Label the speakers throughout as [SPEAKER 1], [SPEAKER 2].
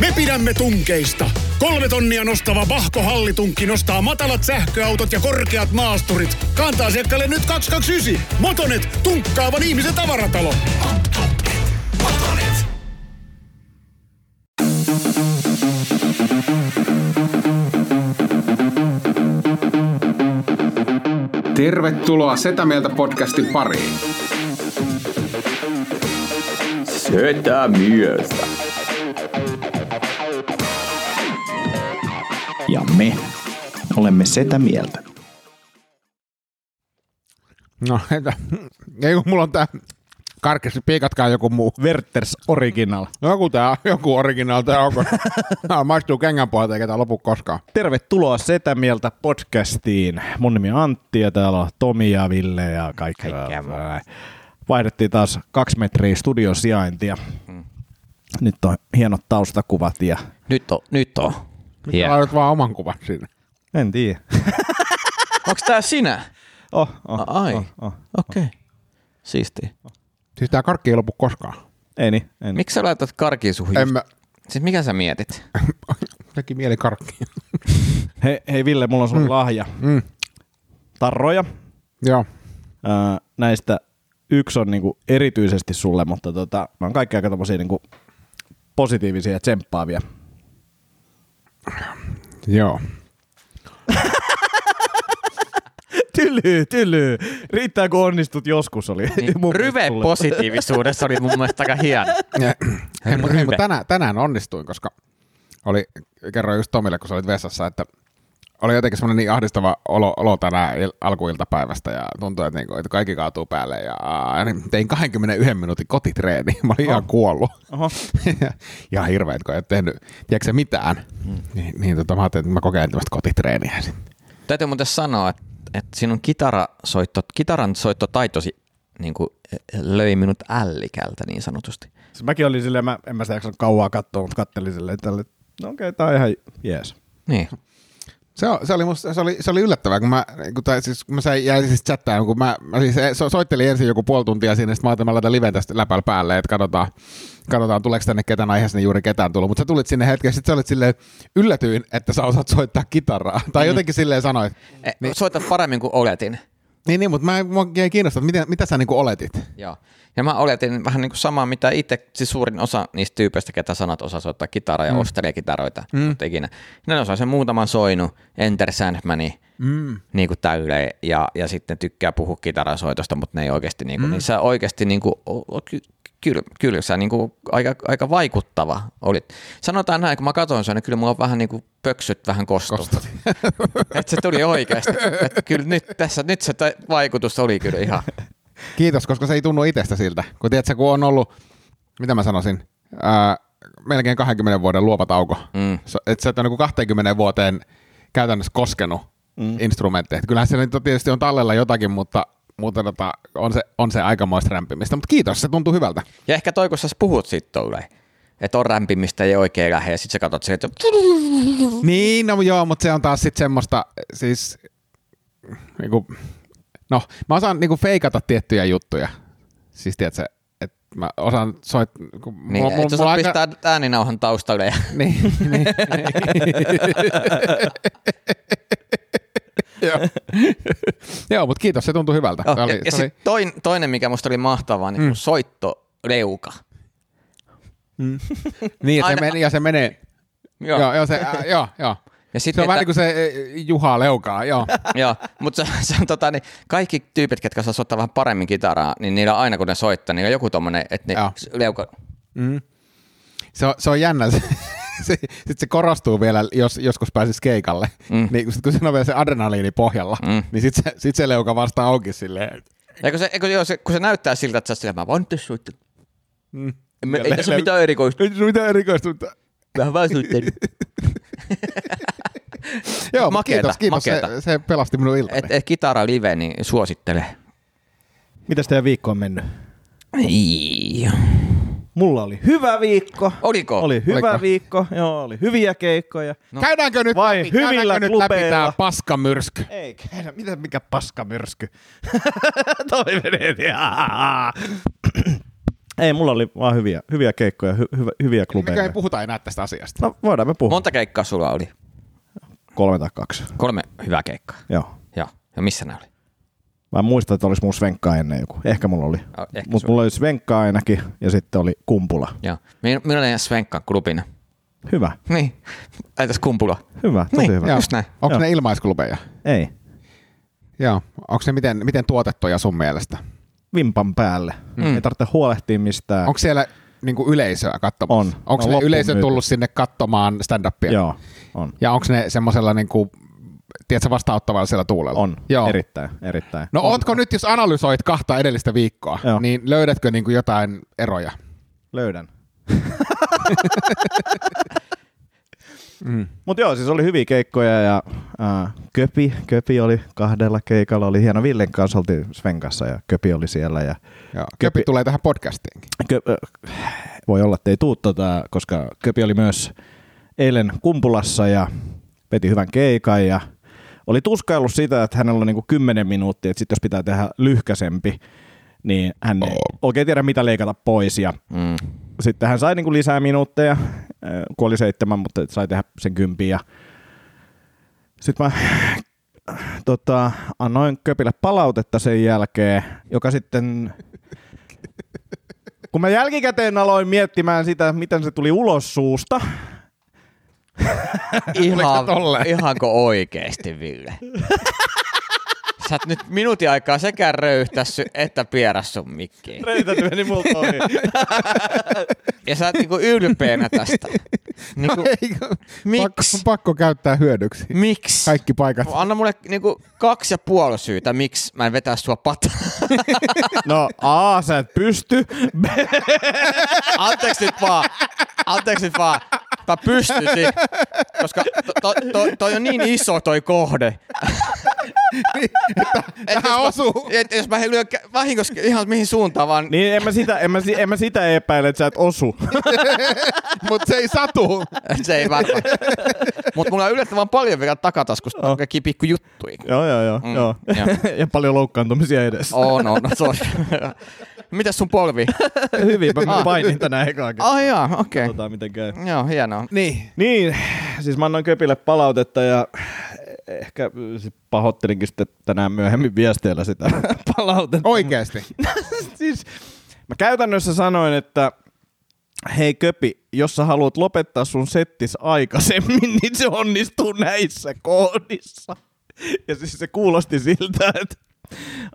[SPEAKER 1] Me pidämme tunkeista. Kolme tonnia nostava Vahko Hallitunkki nostaa matalat sähköautot ja korkeat maasturit. Kanta-asiakkaalle nyt 229. Motonet, tunkkaavan ihmisen tavaratalo.
[SPEAKER 2] Tervetuloa Setä Mieltä podcastin pariin.
[SPEAKER 3] Sötä myöstä.
[SPEAKER 4] Ja me olemme sitä mieltä.
[SPEAKER 5] No, entä, ei kun mulla on tää karkesi, piikatkaa joku muu.
[SPEAKER 4] Werthers Original.
[SPEAKER 5] Joku tää, joku original tää onko. Tää maistuu kengän puolelta eikä tää lopu koskaan.
[SPEAKER 4] Tervetuloa Setä Mieltä podcastiin. Mun nimi on Antti ja täällä on Tomi ja Ville ja kaikki. Vaihdettiin taas kaksi metriä studiosijaintia.
[SPEAKER 5] Mm.
[SPEAKER 4] Nyt on hienot taustakuvat ja
[SPEAKER 3] Nyt on, nyt on.
[SPEAKER 5] Yeah.
[SPEAKER 3] Yeah.
[SPEAKER 5] Laitat vaan oman kuvan sinne.
[SPEAKER 4] en tiedä.
[SPEAKER 3] Onks tää sinä?
[SPEAKER 4] Oh, oh,
[SPEAKER 3] Ai,
[SPEAKER 4] oh,
[SPEAKER 3] okei.
[SPEAKER 4] oh.
[SPEAKER 3] Okay. Siisti.
[SPEAKER 5] Siis tää karkki ei lopu koskaan.
[SPEAKER 4] Ei niin, ei niin.
[SPEAKER 3] Miksi sä laitat karkiin suhun?
[SPEAKER 5] En mä,
[SPEAKER 3] Siis mikä sä mietit?
[SPEAKER 5] teki mieli karkkia.
[SPEAKER 4] Hei, hei Ville, mulla on sun lahja.
[SPEAKER 5] Mm.
[SPEAKER 4] Tarroja.
[SPEAKER 5] Joo.
[SPEAKER 4] Ää, näistä yksi on niinku erityisesti sulle, mutta tota, ne on kaikki aika tommosia niinku positiivisia ja tsemppaavia.
[SPEAKER 5] Joo.
[SPEAKER 4] Tyly, tyly. Riittää kun onnistut joskus oli.
[SPEAKER 3] Niin,
[SPEAKER 4] mun mielestä
[SPEAKER 3] ryve
[SPEAKER 4] sulle.
[SPEAKER 3] positiivisuudessa oli mun mielestä aika hieno.
[SPEAKER 5] Hei, mutta
[SPEAKER 3] Hyvä.
[SPEAKER 5] mut tänään, tänään onnistuin, koska oli, kerroin just Tomille, kun sä olit vessassa, että oli jotenkin semmoinen niin ahdistava olo, olo tänään il, alkuiltapäivästä ja tuntui, että, niinku, että kaikki kaatuu päälle ja aa, niin tein 21 minuutin kotitreeni. Mä olin ihan kuollut.
[SPEAKER 4] Oho.
[SPEAKER 5] ihan hirveet, kun ei ole tehnyt, tiedätkö sä mitään. Mm. Niin, niin tota, mä ajattelin, että mä kokeilen tämmöistä kotitreeniä sitten.
[SPEAKER 3] Täytyy muuten sanoa, että, että sinun kitarasoitto, kitaran soittotaitosi niin kuin, löi minut ällikältä niin sanotusti.
[SPEAKER 4] Siis mäkin olin silleen, mä, en mä sitä jaksanut kauaa katsoa, mutta kattelin silleen tälle, no okei, okay, tää on ihan jees.
[SPEAKER 3] Niin.
[SPEAKER 5] Se, o- se, oli musta, se, oli, se oli yllättävää, kun mä, kun, tai siis, kun mä sain, jäin siis chattaan, kun mä, mä siis so, soittelin ensin joku puoli tuntia siinä, sitten mä ajattelin, mä laitan liven tästä läpällä päälle, että katsotaan, katsotaan tuleeko tänne ketään aiheessa, niin juuri ketään tullut. Mutta sä tulit sinne hetkessä, sitten sä olit silleen, yllätyin, että sä osaat soittaa kitaraa. Tai jotenkin silleen sanoit.
[SPEAKER 3] E, Soitat paremmin kuin oletin.
[SPEAKER 5] Niin, niin mutta mä, en- mua ei kiinnosta, että mitä, mitä sä niinku oletit.
[SPEAKER 3] Joo. Ja mä oletin vähän niin kuin samaa, mitä itse, siis suurin osa niistä tyypeistä, ketä sanat osaa soittaa kitaraa ja mm. ostelee kitaroita, mm. mutta ikinä. Ne osaa sen muutaman soinut, Enter Sandmani, mm. niin kuin täyle, ja, ja sitten tykkää puhua kitarasoitosta, mutta ne ei oikeasti, niin kuin, mm. niin sä oikeasti niin kuin, oot ky- kyllä, kyllä sä niin kuin, aika, aika vaikuttava olit. Sanotaan näin, kun mä katsoin sen, niin kyllä mulla on vähän niin kuin pöksyt vähän kostu.
[SPEAKER 5] Kostut.
[SPEAKER 3] että se tuli oikeasti. Että kyllä nyt, tässä, nyt se tä- vaikutus oli kyllä ihan.
[SPEAKER 5] Kiitos, koska se ei tunnu itsestä siltä. Kun tiedätkö, kun on ollut, mitä mä sanoisin, ää, melkein 20 vuoden luova tauko. Mm. Että sä et ole niinku 20 vuoteen käytännössä koskenut mm. instrumentteja. Et Kyllähän se nyt on- tietysti on tallella jotakin, mutta, mutta tota, on, se, on se aikamoista rämpimistä. Mutta kiitos, se tuntuu hyvältä.
[SPEAKER 3] Ja ehkä toi, kun sä puhut siitä tolleen, että on rämpimistä ei oikein lähde, ja sit sä katsot sen, että
[SPEAKER 5] Niin, no joo, mutta se on taas sitten semmoista, siis, niinku, no, mä osaan niinku feikata tiettyjä juttuja. Siis tiedätkö, että mä osaan soit... niinku, Kun
[SPEAKER 3] niin, mulla, mulla, mulla pistää aika... ääninauhan taustalle. Ja...
[SPEAKER 5] Niin, niin, niin. Joo. Joo, mutta kiitos, se tuntui hyvältä.
[SPEAKER 3] Joo,
[SPEAKER 5] Tää oli,
[SPEAKER 3] ja, ja
[SPEAKER 5] se oli,
[SPEAKER 3] sit toin, toinen, mikä musta oli mahtavaa, niin mm. soittoleuka.
[SPEAKER 5] niin, ja se,
[SPEAKER 3] aina-
[SPEAKER 5] meni, ja se menee. Joo, joo, joo, se, ää, joo, joo.
[SPEAKER 3] Ja sit
[SPEAKER 5] Se on
[SPEAKER 3] että-
[SPEAKER 5] vähän niin kuin se ää, Juha Leukaa, joo.
[SPEAKER 3] Joo, mutta se, se on tota, niin kaikki tyypit, ketkä osaa soittaa vähän paremmin kitaraa, niin niillä aina kun ne soittaa, niillä on joku tommonen, että ne
[SPEAKER 5] Joo.
[SPEAKER 3] leuka...
[SPEAKER 5] Se on, se on jännä. Se, se, sit se korostuu vielä, jos joskus pääsis keikalle. Mm. Niin, sit kun siinä on vielä se adrenaliini pohjalla, mm. niin sit se, sit se leuka vastaa auki silleen. et-
[SPEAKER 3] Eikö se, eikö, joo, se, kun se näyttää siltä, että sä oot sillä, mä vaan nyt soittaa. Mm. Ei
[SPEAKER 5] Ja
[SPEAKER 3] tässä
[SPEAKER 5] le-
[SPEAKER 3] ole mitään erikoista,
[SPEAKER 5] Ei se mitään erikoista, mutta...
[SPEAKER 3] vähän vaan soittelin.
[SPEAKER 5] Joo, mut
[SPEAKER 3] Makeeta,
[SPEAKER 5] kiitos, kiitos. Se,
[SPEAKER 3] makeeta.
[SPEAKER 5] se pelasti minun iltani.
[SPEAKER 3] Et, et kitara live, niin suosittele.
[SPEAKER 4] Mitäs teidän viikko on mennyt?
[SPEAKER 3] Ei.
[SPEAKER 4] Mulla oli hyvä viikko.
[SPEAKER 3] Oliko?
[SPEAKER 4] Oli hyvä
[SPEAKER 5] Oliko?
[SPEAKER 4] viikko, joo, oli hyviä keikkoja.
[SPEAKER 5] No. Käydäänkö nyt,
[SPEAKER 4] Vai
[SPEAKER 5] läpi, käydäänkö
[SPEAKER 4] hyvillä
[SPEAKER 5] nyt läpi
[SPEAKER 4] klubeilla?
[SPEAKER 5] tämä paskamyrsky?
[SPEAKER 4] Ei käydä, mitä, mikä paskamyrsky. Toi menee, niin, aa, aa.
[SPEAKER 2] Ei, mulla oli vaan hyviä, hyviä keikkoja, hy, hyvä, hyviä
[SPEAKER 5] Mikä
[SPEAKER 2] klubeja.
[SPEAKER 5] ei puhuta enää tästä asiasta.
[SPEAKER 2] No voidaan me puhua.
[SPEAKER 3] Monta keikkaa sulla oli?
[SPEAKER 2] Kolme tai kaksi.
[SPEAKER 3] Kolme hyvää keikkaa.
[SPEAKER 2] Joo.
[SPEAKER 3] Joo. Ja missä ne oli?
[SPEAKER 2] Mä en muista, että olisi mun svenkkaa ennen joku. Ehkä mulla oli.
[SPEAKER 3] Oh, ehkä
[SPEAKER 2] Mutta
[SPEAKER 3] sulla.
[SPEAKER 2] mulla oli svenkkaa ainakin ja sitten oli kumpula.
[SPEAKER 3] Joo. Min- Millainen Svenkka klubina?
[SPEAKER 2] Hyvä,
[SPEAKER 3] Niin. Ei tässä kumpula.
[SPEAKER 2] hyvä, tosi
[SPEAKER 3] Niin,
[SPEAKER 2] hyvä.
[SPEAKER 3] joo. Just näin.
[SPEAKER 5] Onko
[SPEAKER 2] Joo.
[SPEAKER 5] ne ilmaisklubeja?
[SPEAKER 2] Ei,
[SPEAKER 5] Joo. Onko ne miten, miten tuotettuja sun mielestä?
[SPEAKER 2] vimpan päälle. Mm. Ei tarvitse huolehtia mistään.
[SPEAKER 5] Onko siellä niinku yleisöä katsomassa?
[SPEAKER 2] On.
[SPEAKER 5] Onko
[SPEAKER 2] No,
[SPEAKER 5] ne
[SPEAKER 2] loppuun
[SPEAKER 5] yleisö
[SPEAKER 2] myyty.
[SPEAKER 5] tullut sinne katsomaan stand-upia?
[SPEAKER 2] Joo, on.
[SPEAKER 5] Ja onko ne semmoisella niinku, tiedätkö, vastaanottavalla siellä tuulella?
[SPEAKER 2] On,
[SPEAKER 5] Joo.
[SPEAKER 2] erittäin, erittäin.
[SPEAKER 5] No ootko nyt, jos analysoit kahta edellistä viikkoa,
[SPEAKER 2] Joo.
[SPEAKER 5] niin löydätkö niinku jotain eroja?
[SPEAKER 2] Löydän. mm. Mutta joo, siis oli hyviä keikkoja ja äh, Köpi, Köpi oli kahdella keikalla, oli hieno Villen kanssa, oltiin Sven kanssa ja Köpi oli siellä. Ja
[SPEAKER 5] Joo. Köpi
[SPEAKER 2] Köpi-
[SPEAKER 5] tulee tähän podcastiinkin.
[SPEAKER 2] Kö, äh, voi olla, että ei tuu tota, koska Köpi oli myös eilen kumpulassa ja veti hyvän keikan ja oli tuskaillut sitä, että hänellä on niinku 10 minuuttia, että sitten jos pitää tehdä lyhkäsempi, niin hän ei oikein tiedä mitä leikata pois ja
[SPEAKER 3] Mm.
[SPEAKER 2] sitten hän sai niinku lisää minuutteja, äh, kun oli seitsemän, mutta sai tehdä sen kympin. Ja... Sitten mä tota, annoin Köpille palautetta sen jälkeen, joka sitten... Kun mä jälkikäteen aloin miettimään sitä, miten se tuli ulos suusta,
[SPEAKER 3] Ihan,
[SPEAKER 5] tolleen?
[SPEAKER 3] ihanko oikeesti, Ville? Sä oot nyt minuutin aikaa sekä röyhtässy että pieräs sun mikkiin.
[SPEAKER 2] reität meni multa ohi.
[SPEAKER 3] Ja sä oot niinku ylpeänä tästä.
[SPEAKER 2] No
[SPEAKER 3] Niinku,
[SPEAKER 5] Pakko,
[SPEAKER 3] miksi?
[SPEAKER 5] pakko käyttää hyödyksi.
[SPEAKER 3] Miksi?
[SPEAKER 5] Kaikki paikat.
[SPEAKER 3] Anna mulle niinku kaksi ja puoli syytä, miksi mä en vetää sua pataa.
[SPEAKER 2] No A, sä et pysty. B,
[SPEAKER 3] Anteeksi nyt vaan. Anteeksi nyt vaan. Mä pystyisin, koska to, to, to, toi on niin iso toi kohde. että
[SPEAKER 5] tähän osuu.
[SPEAKER 3] Et, jos mä lyön kä- vahingossa ihan mihin suuntaan vaan, niin.
[SPEAKER 2] niin en mä, sitä, en, mä, si- en mä sitä epäile, että sä et osu.
[SPEAKER 5] Mutta se ei satu.
[SPEAKER 3] se ei välttämättä. Mutta mulla on yllättävän paljon vielä takataskusta oh. kaikki pikku juttuja.
[SPEAKER 2] joo, joo, joo.
[SPEAKER 3] Mm,
[SPEAKER 2] Mm, joo.
[SPEAKER 3] joo.
[SPEAKER 2] ja paljon loukkaantumisia edessä.
[SPEAKER 3] On, on, sorry. Mitäs sun polvi?
[SPEAKER 2] Hyvin, mä painin tänään ekaa kertaa.
[SPEAKER 3] Ai oh, jaa, okei. Okay.
[SPEAKER 2] Katsotaan, miten käy.
[SPEAKER 3] Joo, hienoa.
[SPEAKER 5] Niin.
[SPEAKER 2] Niin, siis mä annoin Köpille palautetta ja ehkä sit pahoittelinkin sitten tänään myöhemmin viesteillä sitä palautetta.
[SPEAKER 5] Oikeesti.
[SPEAKER 2] siis, mä käytännössä sanoin, että hei Köpi, jos sä haluat lopettaa sun settis aikaisemmin, niin se onnistuu näissä koodissa. Ja siis se kuulosti siltä, että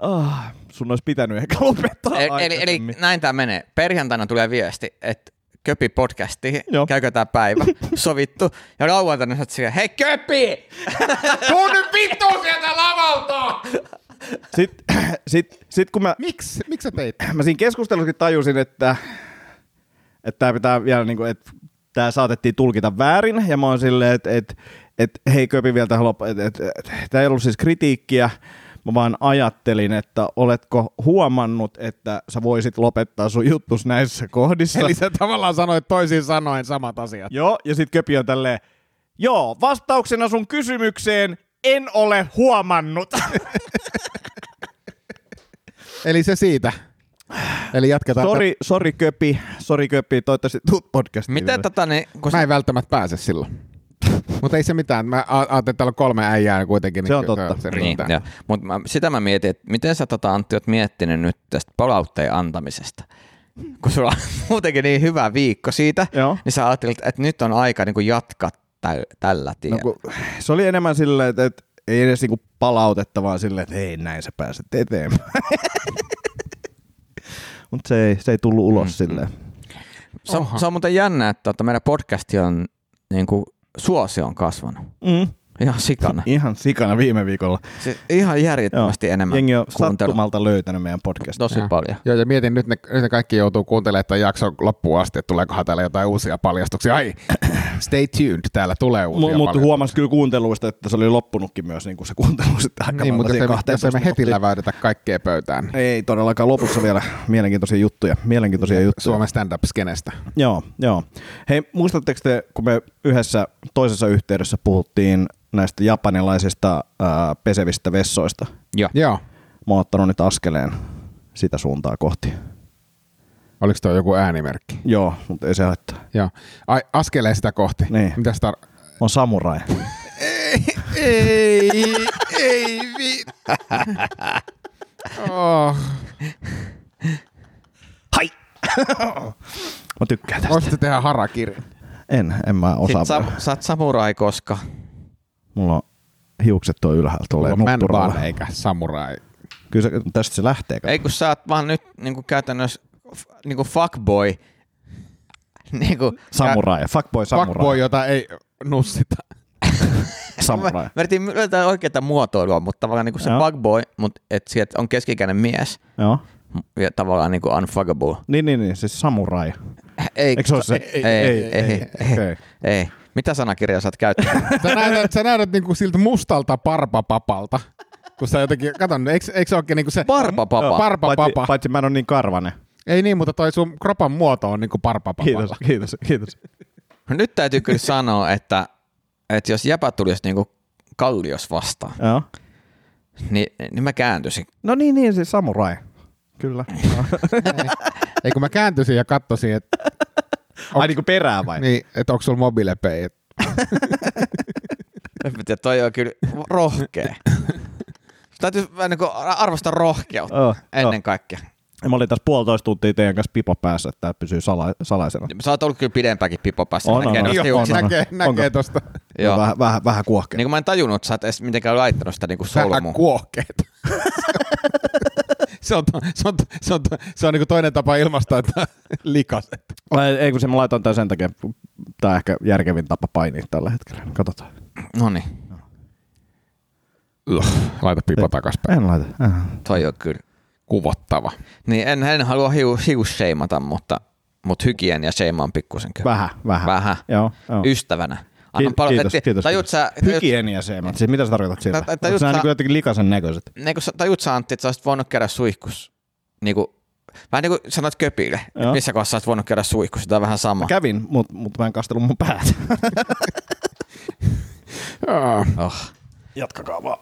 [SPEAKER 2] ah, sun olisi pitänyt ehkä lopettaa
[SPEAKER 3] Eli, eli, eli
[SPEAKER 2] aikaisemmin.
[SPEAKER 3] näin tämä menee. Perjantaina tulee viesti, että köpi podcasti,
[SPEAKER 2] Joo.
[SPEAKER 3] käykö tämä päivä, sovittu. Ja lauantaina sä oot siellä, hei köpi! Tuu nyt vittu sieltä lavalta!
[SPEAKER 2] Sitten sit, sit kun mä
[SPEAKER 5] Miksi? Miksi sä teit?
[SPEAKER 2] mä siinä keskustelussakin tajusin, että, että tämä pitää vielä niin kuin, että tämä saatettiin tulkita väärin, ja mä oon silleen, että, että, että hei Köpi vielä tähän loppuun, että, että, että, tämä ei ollut siis kritiikkiä, mä vaan ajattelin, että oletko huomannut, että sä voisit lopettaa sun juttus näissä kohdissa.
[SPEAKER 5] Eli sä tavallaan sanoit toisin sanoen samat asiat.
[SPEAKER 2] Joo, ja sitten Köpi on tälleen, joo, vastauksena sun kysymykseen en ole huomannut.
[SPEAKER 5] Eli se siitä. Eli jatketaan.
[SPEAKER 2] sori, sori Köpi, sori Köpi, toivottavasti tuut podcastiin.
[SPEAKER 3] Miten
[SPEAKER 2] vielä.
[SPEAKER 3] tota niin, kun
[SPEAKER 5] Mä en välttämättä pääse silloin. Mutta ei se mitään. Mä a- ajattelin, että täällä on kolme äijää kuitenkin.
[SPEAKER 2] Se on
[SPEAKER 5] kyllä
[SPEAKER 2] totta.
[SPEAKER 5] Se
[SPEAKER 3] niin,
[SPEAKER 5] riittää.
[SPEAKER 3] joo. Mut mä, sitä mä mietin, että miten sä tota Antti oot miettinyt nyt tästä palautteen antamisesta? Kun sulla on muutenkin niin hyvä viikko siitä,
[SPEAKER 2] Joo.
[SPEAKER 3] niin sä ajattelit, että nyt on aika niin kuin jatkaa täl, tällä tiellä.
[SPEAKER 2] No, kun, se oli enemmän silleen, että, että ei edes niinku palautetta, vaan silleen, että hei näin sä pääset eteenpäin. Mutta se ei, se ei tullut ulos mm. silleen.
[SPEAKER 3] se, on, se on muuten jännä, että tota meidän podcasti on niin kuin, suosio on kasvanut.
[SPEAKER 2] Mm.
[SPEAKER 3] Ihan sikana.
[SPEAKER 2] Ihan sikana viime viikolla.
[SPEAKER 3] Siis ihan järjettömästi enemmän
[SPEAKER 2] Jengi on
[SPEAKER 3] kuuntelua.
[SPEAKER 2] sattumalta löytänyt meidän podcastia.
[SPEAKER 3] Tosi paljon.
[SPEAKER 5] Joo, ja mietin nyt, ne, nyt ne kaikki joutuu kuuntelemaan tämän jakson loppuun asti, että tuleekohan täällä jotain uusia paljastuksia. Ai, stay tuned, täällä tulee uusia
[SPEAKER 2] Mutta mut
[SPEAKER 5] paljastuksia.
[SPEAKER 2] huomasi kyllä kuunteluista, että se oli loppunutkin myös niin kuin se kuuntelu sitten aika
[SPEAKER 5] Niin,
[SPEAKER 2] lailla
[SPEAKER 5] mutta jos
[SPEAKER 2] siihen
[SPEAKER 5] ei, jos
[SPEAKER 2] 12
[SPEAKER 5] ei me heti
[SPEAKER 2] minuuttiin.
[SPEAKER 5] läväydetä kaikkea pöytään niin
[SPEAKER 2] Ei todellakaan lopussa vielä mielenkiintoisia juttuja. Mielenkiintoisia juttuja.
[SPEAKER 5] Suomen stand-up-skenestä.
[SPEAKER 2] Joo, joo. Hei, muistatteko te, kun me yhdessä toisessa yhteydessä puhuttiin näistä japanilaisista ää, pesevistä vessoista?
[SPEAKER 3] Joo.
[SPEAKER 5] Joo.
[SPEAKER 2] Mä oon ottanut nyt askeleen sitä suuntaa kohti.
[SPEAKER 5] Oliko tuo joku äänimerkki?
[SPEAKER 4] Joo, mutta ei se haittaa.
[SPEAKER 5] Joo. Ai, askeleen sitä kohti.
[SPEAKER 4] Niin.
[SPEAKER 5] Mitäs tar-
[SPEAKER 4] On samurai.
[SPEAKER 5] Ei, ei vi... Oh,
[SPEAKER 4] Hai! mä tykkään tästä.
[SPEAKER 5] voisitte tehdä harakirin.
[SPEAKER 4] En, en mä
[SPEAKER 3] Sitten
[SPEAKER 4] osaa.
[SPEAKER 3] sa- saat samurai, koska
[SPEAKER 4] Mulla on hiukset tuo ylhäällä tuolla
[SPEAKER 5] Man
[SPEAKER 4] nuppuralla.
[SPEAKER 5] bun eikä samurai.
[SPEAKER 4] Kyllä se, tästä se lähtee.
[SPEAKER 3] ei kun sä oot vaan nyt niinku käytännössä f- niinku fuckboy. Niinku,
[SPEAKER 4] Samurai. Fuckboy samurai.
[SPEAKER 5] Fuckboy, jota ei nussita.
[SPEAKER 4] samurai.
[SPEAKER 3] Mä yritin löytää oikeaa muotoilua, mutta tavallaan niinku se
[SPEAKER 4] Joo.
[SPEAKER 3] fuckboy, mutta et sieltä on keskikäinen mies
[SPEAKER 4] Joo.
[SPEAKER 3] ja tavallaan niinku unfuckable.
[SPEAKER 4] Niin, niin, niin, siis samurai.
[SPEAKER 3] Ei,
[SPEAKER 4] Eikö se ole se?
[SPEAKER 3] Ei, ei, ei, ei,
[SPEAKER 4] Okei.
[SPEAKER 3] ei, ei. Mitä sanakirjaa sä oot käyttänyt?
[SPEAKER 5] Sä näytät, sä näytät niinku siltä mustalta parpapapalta. Kun sä jotenkin, kato nyt, eikö, eikö se olekin niinku se...
[SPEAKER 3] Parpapapa.
[SPEAKER 5] Parpapapa.
[SPEAKER 4] Paitsi, paitsi mä en ole niin karvanen.
[SPEAKER 5] ei niin, mutta toi sun kropan muoto on niinku parpapapa.
[SPEAKER 4] Kiitos, kiitos, kiitos.
[SPEAKER 3] Nyt täytyy kyllä sanoa, että, että jos jäpä tulisi niinku kallios vastaan,
[SPEAKER 4] Joo.
[SPEAKER 3] niin, niin mä kääntyisin.
[SPEAKER 4] No niin, niin, siis samurai. Kyllä.
[SPEAKER 5] Ei kun mä kääntyisin ja katsoisin, että
[SPEAKER 4] Ai niinku perää vai?
[SPEAKER 5] niin, et onko sulla mobiilepei.
[SPEAKER 3] En mä tiedä, toi on kyllä rohkea. täytyy vähän niinku arvostaa rohkeutta
[SPEAKER 4] Joo,
[SPEAKER 3] ennen
[SPEAKER 4] joo.
[SPEAKER 3] kaikkea.
[SPEAKER 4] Ja Mä olin tässä puolitoista tuntia teidän kanssa pipo päässä, että tämä pysyy sala- salaisena.
[SPEAKER 3] Sä oot ollut kyllä pidempäänkin pipopäässä.
[SPEAKER 4] On, on,
[SPEAKER 3] Näkee
[SPEAKER 4] on.
[SPEAKER 3] noista
[SPEAKER 4] Joo, on,
[SPEAKER 3] hiuksista.
[SPEAKER 4] on.
[SPEAKER 5] Näkee, näkee tosta.
[SPEAKER 3] Joo.
[SPEAKER 4] Joo. Vähän, vähän, vähän kuohkea.
[SPEAKER 3] Niin kuin mä en tajunnut, että sä et edes mitenkään laittanut sitä niinku solmuun.
[SPEAKER 5] Vähän kuohkeet. se on, to, se on, to, se on, to, se on niinku toinen tapa ilmaista, että likaset.
[SPEAKER 4] Ai, Ei kun se mä laitan tämän sen takia, tämä on ehkä järkevin tapa painia tällä hetkellä. Katsotaan.
[SPEAKER 3] no niin,
[SPEAKER 5] Laita pipo takaspäin.
[SPEAKER 4] En laita. Äh.
[SPEAKER 3] toi on kyllä.
[SPEAKER 5] Kuvottava.
[SPEAKER 3] Niin en, en halua hius, hius seimata, mutta, mutta hygien ja seimaan pikkusen kyllä.
[SPEAKER 4] Vähän, vähän.
[SPEAKER 3] Vähän.
[SPEAKER 4] Joo, joo.
[SPEAKER 3] Ystävänä. Anna
[SPEAKER 4] Kiit- kiitos,
[SPEAKER 3] et-
[SPEAKER 4] kiitos.
[SPEAKER 3] Tajut
[SPEAKER 4] kiitos.
[SPEAKER 3] sä,
[SPEAKER 4] Hygienia se, mutta siis mitä sä tarkoitat sillä?
[SPEAKER 3] Ta- ta-
[SPEAKER 4] Oot
[SPEAKER 3] tajut
[SPEAKER 4] sä
[SPEAKER 3] sä-
[SPEAKER 4] niin kuin jotenkin likasen näköiset?
[SPEAKER 3] niin kun, sä- tajut sä Antti, että sä olisit voinut käydä suihkus, niin kuin, vähän niin kuin sanoit köpille, että
[SPEAKER 4] Joo.
[SPEAKER 3] missä kohdassa sä olisit voinut käydä suihkus, tämä on vähän sama.
[SPEAKER 4] Kävin, mutta mut mä en kastellut mun päätä.
[SPEAKER 3] Oh.
[SPEAKER 4] Jatkakaa vaan.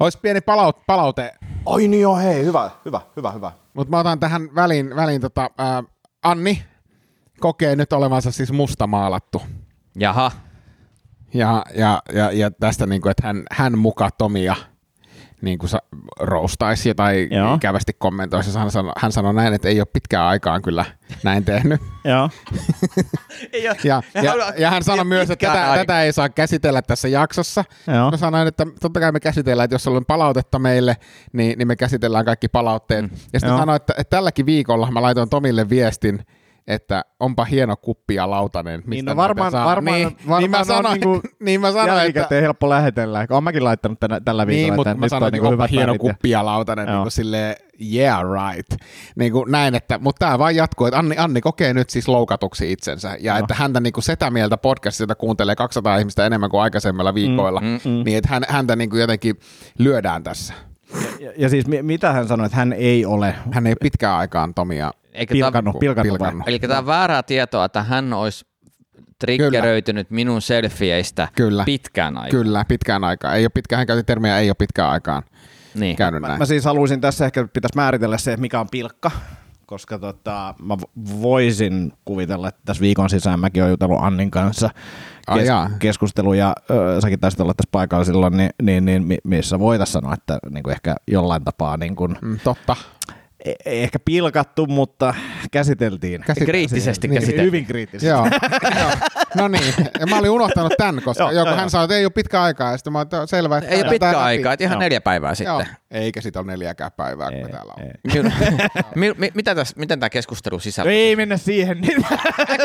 [SPEAKER 5] Olisi pieni palaut, palaute,
[SPEAKER 4] Ai niin joo, hei, hyvä, hyvä, hyvä, hyvä.
[SPEAKER 5] mutta mä otan tähän väliin, väliin tota, ää, Anni kokee nyt olevansa siis mustamaalattu.
[SPEAKER 3] Jaha,
[SPEAKER 5] Ja, ja, ja, ja tästä, niin kuin, että hän, hän muka Tomia niin kuin roustaisi ja tai Joo.
[SPEAKER 4] Joo.
[SPEAKER 5] ikävästi kommentoisi. Hän sanoi, hän sanoi näin, että ei ole pitkään aikaan kyllä näin tehnyt.
[SPEAKER 4] Joo.
[SPEAKER 5] Ja, ja, ja hän sanoi myös, että tätä, tätä ei saa käsitellä tässä jaksossa.
[SPEAKER 4] Joo.
[SPEAKER 5] Mä sanoin, että totta kai me käsitellään, että jos on palautetta meille, niin, niin me käsitellään kaikki palautteet. Mm. Ja sitten
[SPEAKER 4] Joo.
[SPEAKER 5] sanoin, että, että tälläkin viikolla mä laitoin Tomille viestin, että onpa hieno kuppi ja lautanen. mistä
[SPEAKER 4] Niin,
[SPEAKER 5] näitä
[SPEAKER 4] no varmaan,
[SPEAKER 5] saa.
[SPEAKER 4] varmaan,
[SPEAKER 5] niin,
[SPEAKER 4] varmaan
[SPEAKER 5] niin mä
[SPEAKER 4] on
[SPEAKER 5] sanoin,
[SPEAKER 4] niinku
[SPEAKER 5] niin mä sanoin että,
[SPEAKER 4] jälkikäteen helppo lähetellä. Olen mäkin laittanut tänä, tällä viikolla,
[SPEAKER 5] Niin, mutta
[SPEAKER 4] että
[SPEAKER 5] mä
[SPEAKER 4] nyt
[SPEAKER 5] sanoin,
[SPEAKER 4] on
[SPEAKER 5] että
[SPEAKER 4] niinku
[SPEAKER 5] onpa
[SPEAKER 4] hyvät
[SPEAKER 5] hieno
[SPEAKER 4] värit ja-
[SPEAKER 5] kuppi ja lautanen, niin
[SPEAKER 4] Joo.
[SPEAKER 5] kuin silleen, yeah right. Niin kuin näin, että, mutta tämä vaan jatkuu, että Anni, Anni kokee nyt siis loukatuksi itsensä, ja että häntä niin kuin sitä mieltä podcastista jota kuuntelee 200 ihmistä enemmän kuin aikaisemmilla viikoilla, mm, mm, niin että hän, häntä niin kuin jotenkin lyödään tässä.
[SPEAKER 4] Ja, ja siis mi- mitä hän sanoi, että hän ei ole
[SPEAKER 5] Hän ei pitkään aikaan Tomia
[SPEAKER 3] eikö tämä,
[SPEAKER 4] pilkannut, pilkannut,
[SPEAKER 5] pilkannut.
[SPEAKER 4] pilkannut.
[SPEAKER 3] eli tämä on väärää tietoa, että hän olisi triggeröitynyt minun selfieistä
[SPEAKER 5] Kyllä.
[SPEAKER 3] pitkään aikaa.
[SPEAKER 5] Kyllä, pitkään aikaan. Ei ole pitkään, hän käytti termiä ei ole pitkään aikaan
[SPEAKER 3] Niin.
[SPEAKER 5] käynyt
[SPEAKER 4] Mä,
[SPEAKER 5] näin.
[SPEAKER 4] mä siis haluaisin tässä ehkä pitäisi määritellä se, että mikä on pilkka, koska tota, mä v- voisin kuvitella, että tässä viikon sisään mäkin olen jutellut Annin kanssa
[SPEAKER 5] Ai jaa.
[SPEAKER 4] keskustelu, ja ö, säkin taisit olla tässä paikalla silloin, niin, niin, niin mi- missä voitaisiin sanoa, että niin kuin ehkä jollain tapaa niin kuin,
[SPEAKER 5] Mm, totta.
[SPEAKER 4] ei, ei ehkä pilkattu, mutta käsiteltiin.
[SPEAKER 5] Käsite-
[SPEAKER 3] Kriittisesti
[SPEAKER 5] Niin.
[SPEAKER 3] käsiteltiin.
[SPEAKER 4] Hyvin kriittisesti.
[SPEAKER 5] Joo. Joo. No niin, ja mä olin unohtanut tämän, koska
[SPEAKER 4] Joo,
[SPEAKER 5] joku
[SPEAKER 4] joo,
[SPEAKER 5] hän
[SPEAKER 4] joo.
[SPEAKER 5] sanoi, että ei ole pitkä aikaa, ja sitten mä oon, selvä, että
[SPEAKER 3] Ei ole
[SPEAKER 5] käydään
[SPEAKER 3] pitkä
[SPEAKER 5] tää läpi.
[SPEAKER 3] aikaa, että ihan
[SPEAKER 4] Joo.
[SPEAKER 3] neljä päivää sitten.
[SPEAKER 5] Eikä siitä ole neljäkään päivää, kun me täällä on.
[SPEAKER 3] Kyllä. Mi- mi- mitä tässä, miten tämä keskustelu sisältää?
[SPEAKER 4] No Ei mennä siihen. Niin.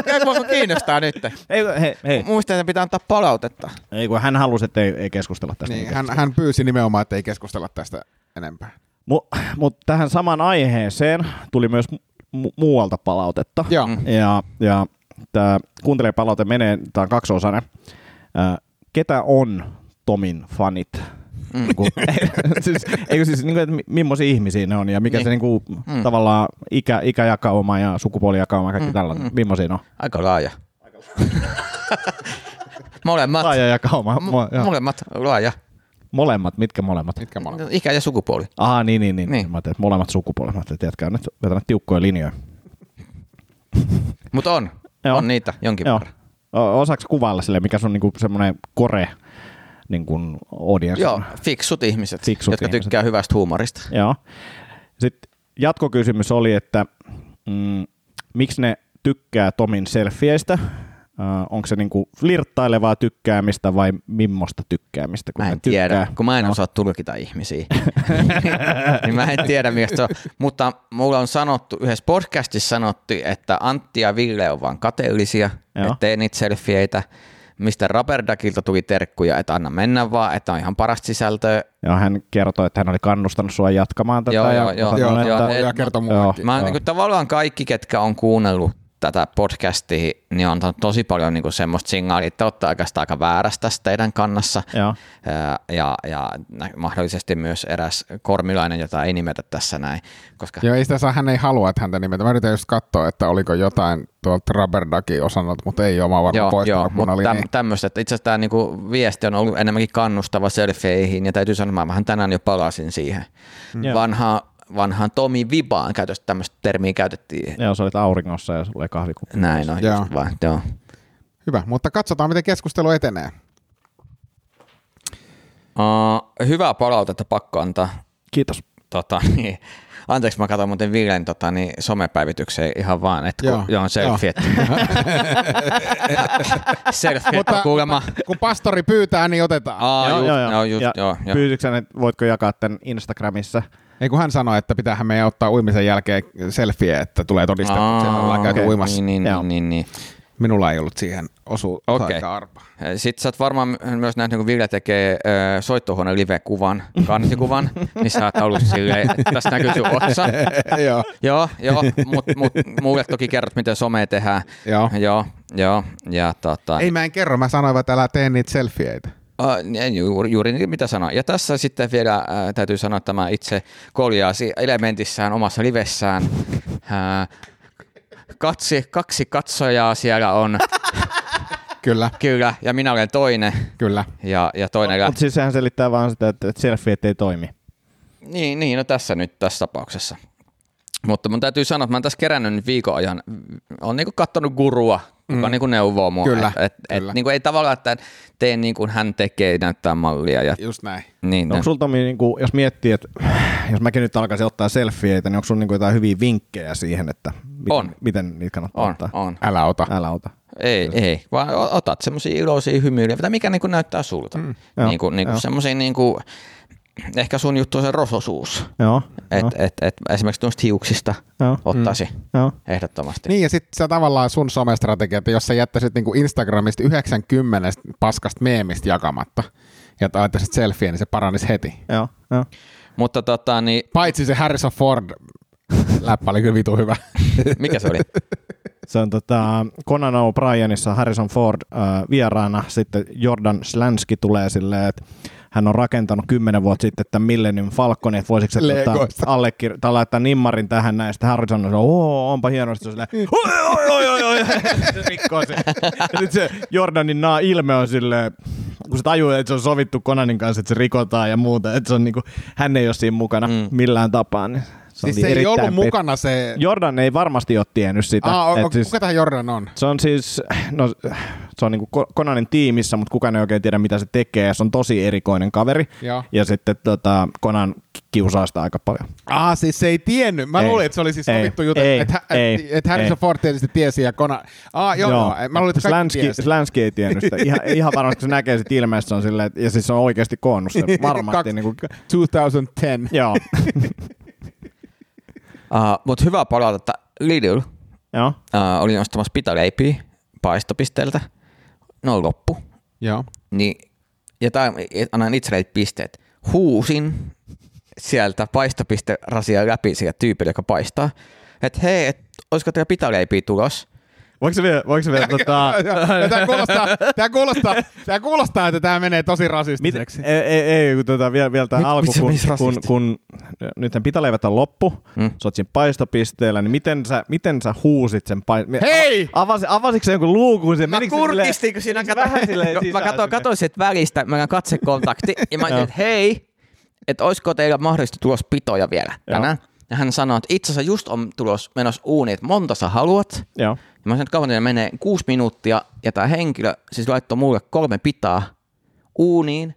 [SPEAKER 3] Ei, mua kiinnostaa nyt.
[SPEAKER 4] ei, hei, hei.
[SPEAKER 3] Muista, että pitää antaa palautetta.
[SPEAKER 4] ei, kun hän halusi, että ei, ei keskustella tästä.
[SPEAKER 5] Niin, hän, hän pyysi nimenomaan, että ei keskustella tästä enempää.
[SPEAKER 4] Mutta mut tähän samaan aiheeseen tuli myös mu- muualta palautetta.
[SPEAKER 5] Joo.
[SPEAKER 4] Ja, ja tämä kuuntelijapalaute menee, tämä on kaksiosainen. Ää, Ketä on Tomin fanit? Mm. siis, eikö siis, niin kuin, että mi- millaisia ihmisiä ne on ja mikä
[SPEAKER 3] Niin.
[SPEAKER 4] niin. se niin kuin, mm. tavallaan ikä, ikäjakauma ja sukupuolijakauma ja kaikki mm. tällainen, mm. millaisia ne on?
[SPEAKER 3] Aika laaja. Molemmat.
[SPEAKER 4] Laaja jakauma.
[SPEAKER 3] M-
[SPEAKER 4] Mua- joo.
[SPEAKER 3] molemmat laaja.
[SPEAKER 4] Molemmat, mitkä molemmat?
[SPEAKER 5] Mitkä molemmat?
[SPEAKER 3] Ikä ja sukupuoli.
[SPEAKER 4] Ah, niin, niin, niin.
[SPEAKER 3] Niin.
[SPEAKER 4] niin. Mä ajattelin, että molemmat sukupuolet. Mä ajattelin, että jätkää nyt vetänyt tiukkoja linjoja.
[SPEAKER 3] Mutta on.
[SPEAKER 4] Joo.
[SPEAKER 3] On niitä jonkin
[SPEAKER 4] Joo.
[SPEAKER 3] verran.
[SPEAKER 4] O- Osaatko kuvailla sille, mikä sun niinku semmoinen kore niinku audience?
[SPEAKER 3] Joo,
[SPEAKER 4] on?
[SPEAKER 3] fiksut ihmiset,
[SPEAKER 4] Fiksut
[SPEAKER 3] jotka
[SPEAKER 4] ihmiset.
[SPEAKER 3] tykkää hyvästä huumorista.
[SPEAKER 4] Joo. Sitten jatkokysymys oli, että mm, miksi ne tykkää Tomin selfieistä? Äh, onko se niinku flirttailevaa tykkäämistä vai mimmosta tykkäämistä?
[SPEAKER 3] Mä
[SPEAKER 4] ne
[SPEAKER 3] en tiedä,
[SPEAKER 4] tykkää?
[SPEAKER 3] kun mä en osaa tulkita ihmisiä. niin mä en tiedä, mistä se on. Mutta mulla on sanottu, yhdessä podcastissa sanottu, että Antti ja Ville on vaan kateellisia,
[SPEAKER 4] Joo.
[SPEAKER 3] että ei niitä selfieitä. Mistä Raperdakilta tuli terkkuja, että anna mennä vaan, että on ihan parasta sisältöä.
[SPEAKER 4] Ja hän kertoi, että hän oli kannustanut sua jatkamaan tätä.
[SPEAKER 3] Joo,
[SPEAKER 4] ja
[SPEAKER 3] joo, joo.
[SPEAKER 4] mä
[SPEAKER 5] Joo,
[SPEAKER 4] sanoin,
[SPEAKER 3] joo,
[SPEAKER 4] että-
[SPEAKER 3] et-
[SPEAKER 5] ja kertoo
[SPEAKER 4] joo.
[SPEAKER 5] muuakin.
[SPEAKER 3] Mä oon niinku, tavallaan kaikki, ketkä on kuunnellut tätä podcastia, niin on antanut tosi paljon niinku semmoista signaalia, että olette oikeastaan aika väärässä tässä teidän kannassa.
[SPEAKER 4] Joo.
[SPEAKER 3] Ää, Ja, ja nä- mahdollisesti myös eräs kormilainen, jota ei nimetä tässä näin, koska
[SPEAKER 5] Joo, ei sitä saa, hän ei halua, että häntä nimetään. Mä yritän just katsoa, että oliko jotain tuolta Rubberdakin osannut, mutta ei ole, mä oon varmaan poistanut mun
[SPEAKER 3] mutta
[SPEAKER 5] oli
[SPEAKER 3] täm,
[SPEAKER 5] niin.
[SPEAKER 3] tämmöistä, että itse asiassa tämä niinku viesti on ollut enemmänkin kannustava selfieihin, ja täytyy sanoa, että mä vähän tänään jo palasin siihen.
[SPEAKER 4] Joo.
[SPEAKER 3] Vanhaa, vanhaan Tomi Vibaan käytöstä tämmöistä termiä käytettiin.
[SPEAKER 4] Joo, sä olit auringossa ja sulla oli kahvikuppi.
[SPEAKER 3] Näin on,
[SPEAKER 5] Joo.
[SPEAKER 3] just vaan, joo.
[SPEAKER 5] Hyvä, mutta katsotaan, miten keskustelu etenee.
[SPEAKER 3] Uh, hyvää palautetta pakko antaa.
[SPEAKER 4] Kiitos.
[SPEAKER 3] Tota, niin. Anteeksi, mä katsoin muuten Villen tota, niin somepäivitykseen ihan vaan, että kun, joo,
[SPEAKER 5] Joo,
[SPEAKER 3] joo selfie. selfie, Mutta, kuulemma.
[SPEAKER 5] kun pastori pyytää, niin otetaan.
[SPEAKER 3] Aa, joo, just, joo, joo, just, joo, joo. Äh.
[SPEAKER 4] Pyysikö sä, että voitko jakaa tämän Instagramissa?
[SPEAKER 5] Ei kun hän sanoi, että pitäähän meidän ottaa uimisen jälkeen selfie, että tulee todistaa, että siellä ollaan käyty
[SPEAKER 3] okei.
[SPEAKER 5] okay. uimassa.
[SPEAKER 3] Niin, niin,
[SPEAKER 4] Joo.
[SPEAKER 3] niin, niin, niin.
[SPEAKER 5] Minulla ei ollut siihen osu
[SPEAKER 3] Okei.
[SPEAKER 5] okay. arpa.
[SPEAKER 3] Sitten sä oot varmaan myös nähnyt, kun Ville tekee ö, soittohuoneen live-kuvan, kansikuvan, niin sä oot ollut silleen, että tässä näkyy sun otsa.
[SPEAKER 5] Joo.
[SPEAKER 3] Joo, joo, mutta mut, mulle toki kerrot, miten some tehdään.
[SPEAKER 5] Joo.
[SPEAKER 3] Joo, joo, ja tota,
[SPEAKER 5] Ei mä en kerro, mä sanoin, että älä tee niitä selfieitä.
[SPEAKER 3] Äh, niin, juuri, juuri niin, mitä sanoin. Ja tässä sitten vielä äh, täytyy sanoa tämä itse koljaasi elementissään omassa livessään. Äh, katsi, kaksi katsojaa siellä on,
[SPEAKER 5] Kyllä,
[SPEAKER 3] kyllä, ja minä olen toinen.
[SPEAKER 5] kyllä.
[SPEAKER 3] Ja, ja toinen lähti.
[SPEAKER 4] Mutta siis sehän selittää vaan sitä, että että selfiet ei toimi.
[SPEAKER 3] Niin, niin, no tässä nyt tässä tapauksessa. Mutta mun täytyy sanoa, että mä oon tässä kerännyt nyt viikon ajan, on niinku kattonut gurua, joka mm. niinku neuvoo mua.
[SPEAKER 5] Kyllä,
[SPEAKER 3] et, et,
[SPEAKER 5] kyllä.
[SPEAKER 3] Et, niinku ei tavallaan, että teen niin kuin hän tekee, näyttää mallia. Ja,
[SPEAKER 5] Just näin.
[SPEAKER 3] niin,
[SPEAKER 4] No. Onko
[SPEAKER 3] niin.
[SPEAKER 4] sulla Tomi, niin kuin, jos miettii, että jos mäkin nyt alkaisin ottaa selfieitä, niin onko sulla niin kuin jotain hyviä vinkkejä siihen, että miten,
[SPEAKER 3] On.
[SPEAKER 4] miten niitä kannattaa
[SPEAKER 3] on,
[SPEAKER 4] ottaa?
[SPEAKER 3] on.
[SPEAKER 5] Älä ota.
[SPEAKER 4] Älä ota.
[SPEAKER 3] Ei, ei, vaan o- otat semmoisia iloisia hymyilyjä, mitä mikä niinku näyttää sulta. Mm,
[SPEAKER 4] joo,
[SPEAKER 3] niinku, niinku
[SPEAKER 4] joo.
[SPEAKER 3] semmoisia, niinku, ehkä sun juttu on se rososuus.
[SPEAKER 4] Joo.
[SPEAKER 3] Et,
[SPEAKER 4] joo.
[SPEAKER 3] et, et, esimerkiksi tuosta hiuksista
[SPEAKER 4] Joo. Mm.
[SPEAKER 3] ottaisi
[SPEAKER 4] Joo.
[SPEAKER 3] ehdottomasti.
[SPEAKER 5] Niin ja sitten se tavallaan sun somestrategia, että jos sä jättäisit niinku Instagramista 90 paskasta meemistä jakamatta ja laittaisit selfie, niin se paranisi heti.
[SPEAKER 4] Joo. Joo.
[SPEAKER 3] Mutta tota, niin,
[SPEAKER 5] Paitsi se Harrison Ford läppä oli kyllä vitu hyvä.
[SPEAKER 3] mikä se oli?
[SPEAKER 4] Se on tota, Conan O'Brienissa Harrison Ford äh, vieraana, sitten Jordan Slansky tulee silleen, että hän on rakentanut kymmenen vuotta sitten tämän Millennium Falconin, että voisiko se tota,
[SPEAKER 5] Legoista.
[SPEAKER 4] allekir- tai laittaa nimmarin tähän näin, sitten Harrison on oo, onpa hienosti, se on silleen, oi, oi, oi, oi, oi, Se rikkoo se. Ja Nyt se Jordanin naa ilme on silleen, kun se tajuu, että se on sovittu Conanin kanssa, että se rikotaan ja muuta, että se on niinku, hän ei ole siinä mukana mm. millään tapaa, niin se
[SPEAKER 5] siis
[SPEAKER 4] oli
[SPEAKER 5] se ei
[SPEAKER 4] erittäin
[SPEAKER 5] ollut
[SPEAKER 4] pet-
[SPEAKER 5] mukana se...
[SPEAKER 4] Jordan ei varmasti ole tiennyt sitä.
[SPEAKER 5] Ah,
[SPEAKER 4] että
[SPEAKER 5] o- o-
[SPEAKER 4] siis-
[SPEAKER 5] kuka tämä Jordan on?
[SPEAKER 4] se on siis, no, se on niinku Konanin tiimissä, mutta kukaan ei oikein tiedä, mitä se tekee. Se on tosi erikoinen kaveri.
[SPEAKER 5] Joo.
[SPEAKER 4] Ja sitten tota, Konan kiusaa sitä aika paljon.
[SPEAKER 5] Ah, siis se ei tiennyt. Mä
[SPEAKER 4] Ei.
[SPEAKER 5] luulin, että se oli siis
[SPEAKER 4] Ei.
[SPEAKER 5] sovittu juttu,
[SPEAKER 4] Ei.
[SPEAKER 5] että et,
[SPEAKER 4] Ei.
[SPEAKER 5] et Harrison
[SPEAKER 4] Ei.
[SPEAKER 5] Ford tietysti tiesi ja Kona... Ah, joo, joo. joo. Mä luulin, että kaikki
[SPEAKER 4] Slansky,
[SPEAKER 5] tiesi.
[SPEAKER 4] Slansky Siis ei tiennyt sitä. Ihan, ihan varmasti, kun se näkee sit ilmeessä, se on silleen, että- ja siis se on oikeasti koonnut sen varmasti.
[SPEAKER 5] Kaksi-
[SPEAKER 4] niin kuin,
[SPEAKER 5] 2010.
[SPEAKER 4] joo.
[SPEAKER 3] Uh, Mutta hyvää palautetta, Lidl.
[SPEAKER 4] joo.
[SPEAKER 3] Uh, olin ostamassa pitaleipiä paistopisteeltä. Ne on loppu.
[SPEAKER 5] Joo.
[SPEAKER 3] niin, ja tää, annan itselleni pisteet. Huusin sieltä paistopisterasia läpi sillä tyypillä, joka paistaa, että hei, et, olisiko teillä pitaleipiä tulos?
[SPEAKER 4] Voiko se vielä, voiko se vielä tota...
[SPEAKER 5] Tämä kuulostaa, tää kuulostaa, tää kuulostaa, että tämä menee tosi
[SPEAKER 4] Mit,
[SPEAKER 5] rasistiseksi.
[SPEAKER 4] ei, ei, ei, kun tota, vielä, vielä tämä
[SPEAKER 3] Mit-
[SPEAKER 4] alku,
[SPEAKER 3] missä-
[SPEAKER 4] kun,
[SPEAKER 3] missä
[SPEAKER 4] kun,
[SPEAKER 3] rasisti?
[SPEAKER 4] kun äh, nythän pitaleivät on loppu,
[SPEAKER 3] Mm.
[SPEAKER 4] mm. sä oot siinä paistopisteellä, niin miten sä, miten sä huusit sen paistopisteen?
[SPEAKER 5] Hei!
[SPEAKER 4] Avas, avasitko sä jonkun luukun? Sen,
[SPEAKER 3] Mä
[SPEAKER 4] menikö se silleen-
[SPEAKER 3] kurkistin, kun siinä
[SPEAKER 4] menikö se
[SPEAKER 3] katsoin,
[SPEAKER 4] vähän silleen
[SPEAKER 3] mä
[SPEAKER 4] sisään
[SPEAKER 3] katsoin,
[SPEAKER 4] sinne?
[SPEAKER 3] katsoin sieltä välistä, mä näin katsekontakti, ja mä ajattelin, että hei, että olisiko teillä mahdollista tulos pitoja vielä tänään? Ja hän sanoi, että itse asiassa just on tulos menossa uuni, että monta sä haluat.
[SPEAKER 4] Joo.
[SPEAKER 3] Ja mä sanoin, että kauan teillä menee kuusi minuuttia, ja tämä henkilö siis laittoi mulle kolme pitaa uuniin,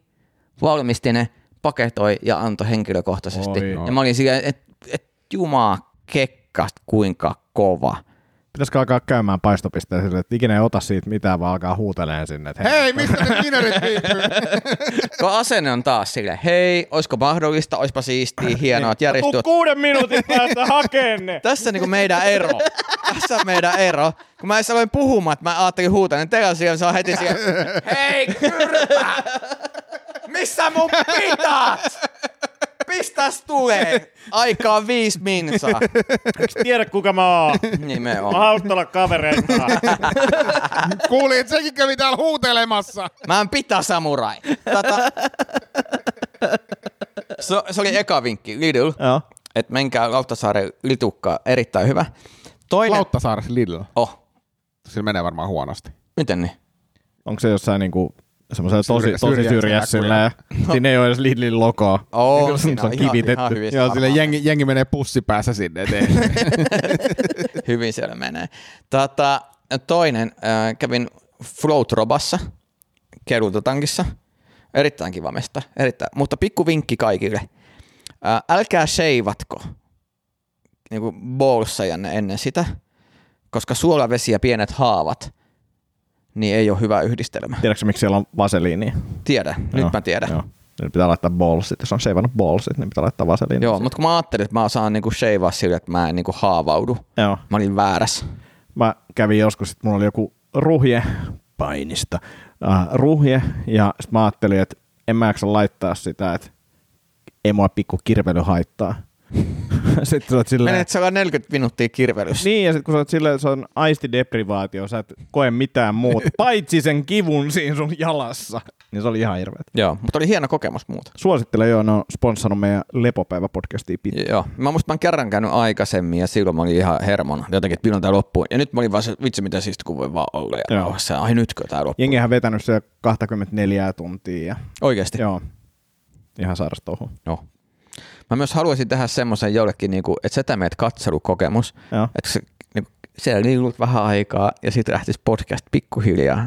[SPEAKER 3] valmisti ne, paketoi ja antoi henkilökohtaisesti.
[SPEAKER 4] Oi,
[SPEAKER 3] ja mä olin silleen, että et, jumaa kekka, kuinka kova.
[SPEAKER 4] Pitäisikö alkaa käymään paistopisteellä silleen, että ikinä ei ota siitä mitään, vaan alkaa huuteleen sinne. Että
[SPEAKER 5] Hei, mistä ne kinerit viipyy?
[SPEAKER 3] Kun asenne on taas sille, hei, olisiko mahdollista, oispa siistiä, hienoa, että järjestyy.
[SPEAKER 4] kuuden minuutin päästä hakeen ne.
[SPEAKER 3] Tässä on niinku meidän ero. Tässä on meidän ero. Kun mä edes aloin puhumaan, että mä ajattelin huutaa, niin teillä siellä saa heti siellä, hei kyrpä! Missä mun pitat? Pistäs tulee? Aikaa viisi minsaa.
[SPEAKER 4] Tiedä kuka mä oon.
[SPEAKER 3] Nimenomaan.
[SPEAKER 4] haluan kavereita.
[SPEAKER 5] Kuulin, että sekin kävi täällä huutelemassa.
[SPEAKER 3] Mä en pitää samurai. Tata... Se, se oli eka vinkki, Lidl.
[SPEAKER 4] Joo.
[SPEAKER 3] että menkää Lauttasaaren litukka erittäin hyvä. Toinen...
[SPEAKER 5] Lauttasaari Lidl.
[SPEAKER 3] Oh,
[SPEAKER 5] Sillä menee varmaan huonosti.
[SPEAKER 3] miten niin?
[SPEAKER 4] Onko se jossain niinku semmoisella tosi,
[SPEAKER 5] Syrjä-
[SPEAKER 4] tosi
[SPEAKER 5] syrjässä
[SPEAKER 4] syrjässä silleen?
[SPEAKER 3] No.
[SPEAKER 4] Siinä ei ole edes Lidlin logoa.
[SPEAKER 3] Oh,
[SPEAKER 4] Niin kuin
[SPEAKER 3] siinä
[SPEAKER 4] se
[SPEAKER 3] on
[SPEAKER 4] on
[SPEAKER 3] ihan-
[SPEAKER 4] kivitetty.
[SPEAKER 3] ihan hyvissä
[SPEAKER 5] Joo,
[SPEAKER 3] varmaan.
[SPEAKER 5] sille jengi, jengi menee pussi päässä sinne eteen.
[SPEAKER 3] Hyvin siellä menee. Tata, toinen, äh, kävin Floatrobassa, kerultatankissa. Erittäin kiva mesta, erittäin. mutta pikku vinkki kaikille. Äh, älkää seivatko niinku bowlsajanne ennen sitä, koska suolavesi ja pienet haavat, niin ei ole hyvä yhdistelmä.
[SPEAKER 4] Tiedätkö miksi siellä on vaseliinia?
[SPEAKER 3] Tiedän, nyt
[SPEAKER 4] Joo,
[SPEAKER 3] mä tiedän.
[SPEAKER 4] Joo. Niin pitää laittaa ballsit. Jos on seivannut ballsit, niin pitää laittaa vaseliinia.
[SPEAKER 3] Joo, mutta kun mä ajattelin, että mä osaan niinku sheivaa sillä, että mä en niinku haavaudu.
[SPEAKER 4] Joo.
[SPEAKER 3] Mä olin väärässä.
[SPEAKER 4] Mä kävin joskus, että mulla oli joku ruhje painista. Äh, ruhje, ja sitten mä ajattelin, että en mä jaksa laittaa sitä, että ei mua pikku kirvely haittaa. sitten sä oot silleen,
[SPEAKER 3] Menet sellainen 40 minuuttia kirvelyssä.
[SPEAKER 4] Niin, ja sitten kun sä oot silleen, se on aistideprivaatio, sä et koe mitään muuta, paitsi sen kivun siinä sun jalassa. Niin se oli ihan hirveet.
[SPEAKER 3] Joo, mutta oli hieno kokemus muuta.
[SPEAKER 4] Suosittelen joo, ne on sponssannut meidän lepopäiväpodcastia pitkä.
[SPEAKER 3] Joo, mä muistan, mä oon kerran käynyt aikaisemmin ja silloin mä olin ihan hermona. Jotenkin, että milloin tää loppuu. Ja nyt mä olin vaan se, vitsi mitä siistiä, kun voi vaan olla ja
[SPEAKER 4] Joo.
[SPEAKER 3] rauhassa. Ai nytkö tää loppuu?
[SPEAKER 4] Jengihän vetänyt se 24 tuntia. Ja,
[SPEAKER 3] Oikeesti.
[SPEAKER 4] joo. Ihan sairas touhu.
[SPEAKER 3] Joo. Mä myös haluaisin tehdä semmoisen jollekin, niin kuin, että setä meet katselukokemus,
[SPEAKER 4] Joo.
[SPEAKER 3] että se, niin, kuin, siellä liilut vähän aikaa ja sitten lähtisi podcast pikkuhiljaa.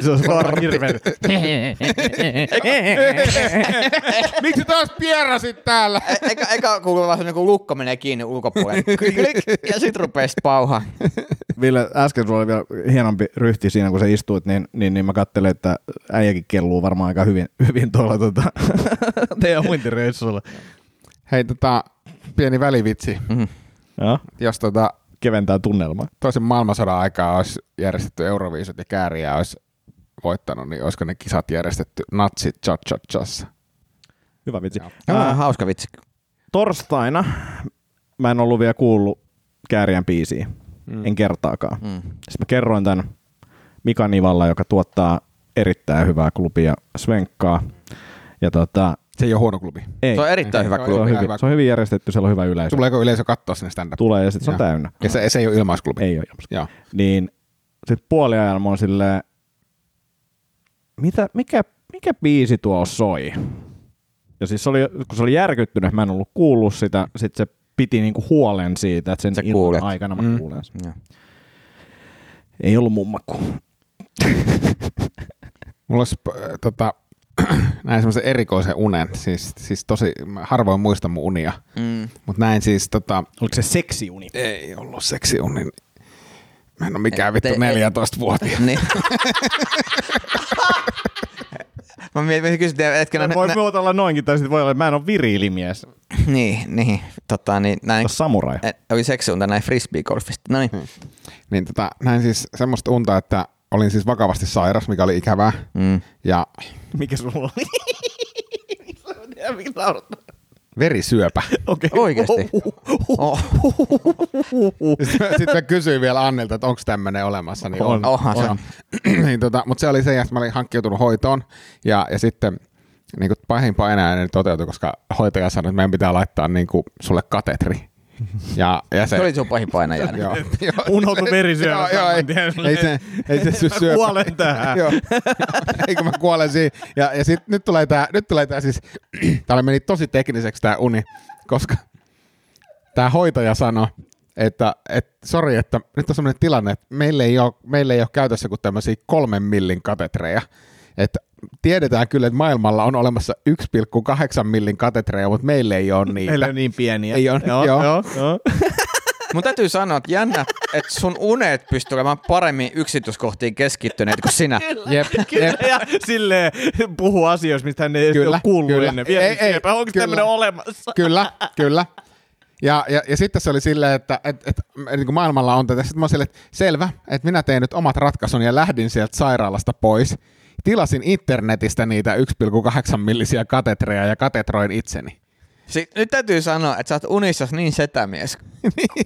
[SPEAKER 4] Se on varmaan hirveä.
[SPEAKER 5] Miksi taas pierasit täällä?
[SPEAKER 3] E- Eka, eka kuuluu vaan semmoinen, kun lukko menee kiinni ulkopuolelle. Klik, klik, ja sit rupee sit pauhaa.
[SPEAKER 4] Ville, äsken sulla oli vielä hienompi ryhti siinä, kun sä istuit, niin, niin, niin mä kattelin, että äijäkin kelluu varmaan aika hyvin, hyvin tuolla tota, teidän uintireissulla.
[SPEAKER 5] Hei, tota, pieni välivitsi.
[SPEAKER 4] Joo.
[SPEAKER 5] Jos tota,
[SPEAKER 4] Keventää tunnelmaa.
[SPEAKER 5] toisen maailmansodan aikaa olisi järjestetty Euroviisut ja kääriä olisi voittanut, niin olisiko ne kisat järjestetty natsit cha cha chassa
[SPEAKER 4] Hyvä vitsi.
[SPEAKER 3] Ah, hauska vitsi.
[SPEAKER 4] torstaina mä en ollut vielä kuullut Kääriän biisiä. Mm. En kertaakaan. Mm. Sitten mä kerroin tämän Mika Nivalla, joka tuottaa erittäin hyvää klubia Svenkkaa. Ja tota,
[SPEAKER 5] Se ei ole huono klubi.
[SPEAKER 4] ei,
[SPEAKER 3] Se on erittäin hyvä
[SPEAKER 5] Joo,
[SPEAKER 4] se,
[SPEAKER 3] klubi.
[SPEAKER 4] on
[SPEAKER 5] Hyvä,
[SPEAKER 4] hyvin,
[SPEAKER 5] hyvä.
[SPEAKER 4] se on hyvin järjestetty, siellä on hyvä yleisö. Tulee,
[SPEAKER 5] Tuleeko yleisö katsoa sinne stand
[SPEAKER 4] Tulee ja sitten se on
[SPEAKER 5] Joo.
[SPEAKER 4] täynnä.
[SPEAKER 5] Ja se, se ei ole ilmaisklubi.
[SPEAKER 4] Ei ole ilmasta.
[SPEAKER 5] Joo.
[SPEAKER 4] Niin sitten puoliajalla mä oon silleen, mitä, mikä, mikä biisi tuo soi? Ja siis se oli, kun se oli järkyttynyt, mä en ollut kuullut sitä, sit se piti niinku huolen siitä, että sen
[SPEAKER 3] Sä
[SPEAKER 4] illan
[SPEAKER 3] kuulet.
[SPEAKER 4] aikana mä mm. kuulen sen.
[SPEAKER 3] Joo.
[SPEAKER 4] Ei ollut mummakku.
[SPEAKER 5] Mulla olisi äh, tota, näin semmoisen erikoisen unen, siis, siis tosi, mä harvoin muistan mun unia,
[SPEAKER 3] Mm.
[SPEAKER 5] mutta näin siis tota,
[SPEAKER 4] Oliko se seksiuni?
[SPEAKER 5] ei ollut seksiunin. Mä en ole mikään
[SPEAKER 3] Te-
[SPEAKER 5] vittu 14-vuotia.
[SPEAKER 3] Niin. Mä mietin, kysyttiin, etkö nä,
[SPEAKER 4] Mä voi
[SPEAKER 3] nä,
[SPEAKER 4] muuten olla noinkin, tai sitten voi olla, että mä en ole viriilimies.
[SPEAKER 3] niin, niin, tota, niin, näin,
[SPEAKER 4] Samurai.
[SPEAKER 3] eh, oli seksuunta näin frisbee-golfista. No niin.
[SPEAKER 5] Niin tota, näin siis semmoista unta, että olin siis vakavasti sairas, mikä oli ikävää.
[SPEAKER 3] Mm.
[SPEAKER 5] Ja
[SPEAKER 4] Mikä sulla oli?
[SPEAKER 5] Verisyöpä.
[SPEAKER 4] Okei.
[SPEAKER 3] Oikeesti? Oh, Uh.
[SPEAKER 5] Sitten sit mä kysyin vielä Annelta, että onko tämmöinen olemassa. Niin on,
[SPEAKER 3] Onhan se.
[SPEAKER 5] niin, tota, Mutta se oli se, että mä olin hankkiutunut hoitoon. Ja, ja sitten niin kuin pahimpaa enää ei toteutui, koska hoitaja sanoi, että meidän pitää laittaa niin kuin, sulle katetri. Ja, ja se,
[SPEAKER 3] se oli sun pahin painajainen.
[SPEAKER 5] Joo, joo.
[SPEAKER 4] Unohtu verisyöpä
[SPEAKER 5] Joo, joo, ei,
[SPEAKER 4] saman tien.
[SPEAKER 5] ei, se, ei se sy-
[SPEAKER 4] Mä
[SPEAKER 5] syöpä.
[SPEAKER 4] kuolen tähän.
[SPEAKER 5] joo, eikö mä kuolen siihen. Ja, ja sit nyt tulee tää, nyt tulee tää siis, täällä meni tosi tekniseksi tää uni, koska tää hoitaja sanoi, että et, sori, että nyt on sellainen tilanne, että meillä ei ole, meillä ei ole käytössä kuin tämmöisiä kolmen millin katetreja. Että tiedetään kyllä, että maailmalla on olemassa 1,8 millin katetreja, mutta meillä ei ole niitä.
[SPEAKER 4] Meillä on niin pieniä.
[SPEAKER 5] Ei ole,
[SPEAKER 4] Joo,
[SPEAKER 5] joo.
[SPEAKER 4] joo. joo.
[SPEAKER 3] Mun täytyy sanoa, että jännä, että sun unet pystyy olemaan paremmin yksityiskohtiin keskittyneet kuin sinä.
[SPEAKER 5] Jep, jep.
[SPEAKER 4] ja silleen puhuu asioista, mistä hän ei kyllä,
[SPEAKER 5] Kyllä,
[SPEAKER 4] ole kuullut
[SPEAKER 5] kyllä.
[SPEAKER 4] ennen.
[SPEAKER 5] Ei, ei,
[SPEAKER 4] Ei, Onko
[SPEAKER 5] kyllä.
[SPEAKER 4] tämmöinen olemassa?
[SPEAKER 5] Kyllä, kyllä. Ja, ja, ja sitten se oli silleen, että et, et, niin kuin maailmalla on tätä. Sitten mä olin silleen, että selvä, että minä tein nyt omat ratkaisuni ja lähdin sieltä sairaalasta pois. Tilasin internetistä niitä 1,8 millisiä katetreja ja katetroin itseni.
[SPEAKER 3] Si- nyt täytyy sanoa, että sä oot unissas niin setämies.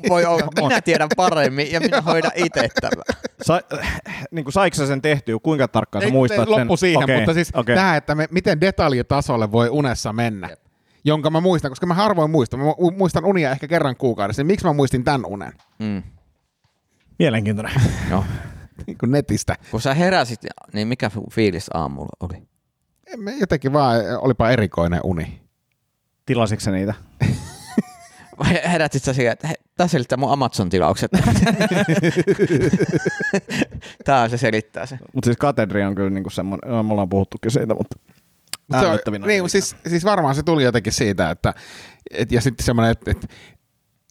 [SPEAKER 3] Voi olla. Minä tiedän paremmin ja minä hoidan itse tämän.
[SPEAKER 4] Sa, niin kuin saiko sä sen tehtyä? Kuinka tarkkaan sä
[SPEAKER 5] Ei,
[SPEAKER 4] muistat
[SPEAKER 5] ei,
[SPEAKER 4] sen?
[SPEAKER 5] Loppu siihen,
[SPEAKER 4] Okei,
[SPEAKER 5] okay, mutta siis
[SPEAKER 4] okei.
[SPEAKER 5] okay. tämä, että me, miten detaljitasolle voi unessa mennä, Jep. jonka mä muistan, koska mä harvoin muistan. Mä mu- muistan unia ehkä kerran kuukaudessa, niin miksi mä muistin tämän unen?
[SPEAKER 3] Mm.
[SPEAKER 4] Mielenkiintoinen.
[SPEAKER 3] Joo.
[SPEAKER 5] Niin kuin netistä.
[SPEAKER 3] No, Kun sä heräsit, niin mikä fiilis aamulla oli?
[SPEAKER 5] En mä- Jotenkin vaan, e, olipa erikoinen uni.
[SPEAKER 4] Tilasitko sä niitä?
[SPEAKER 3] Vai herätit sä siihen, että he, tässä selittää mun Amazon-tilaukset. Tää on se selittää se.
[SPEAKER 4] Mutta siis katedri on kyllä niin kuin semmoinen, no, me ollaan puhuttukin siitä, mutta
[SPEAKER 5] Mut se on-
[SPEAKER 4] älyttävinä
[SPEAKER 5] Niin,
[SPEAKER 4] niitä.
[SPEAKER 5] siis, siis varmaan se tuli jotenkin siitä, että et, ja sitten semmoinen, että et,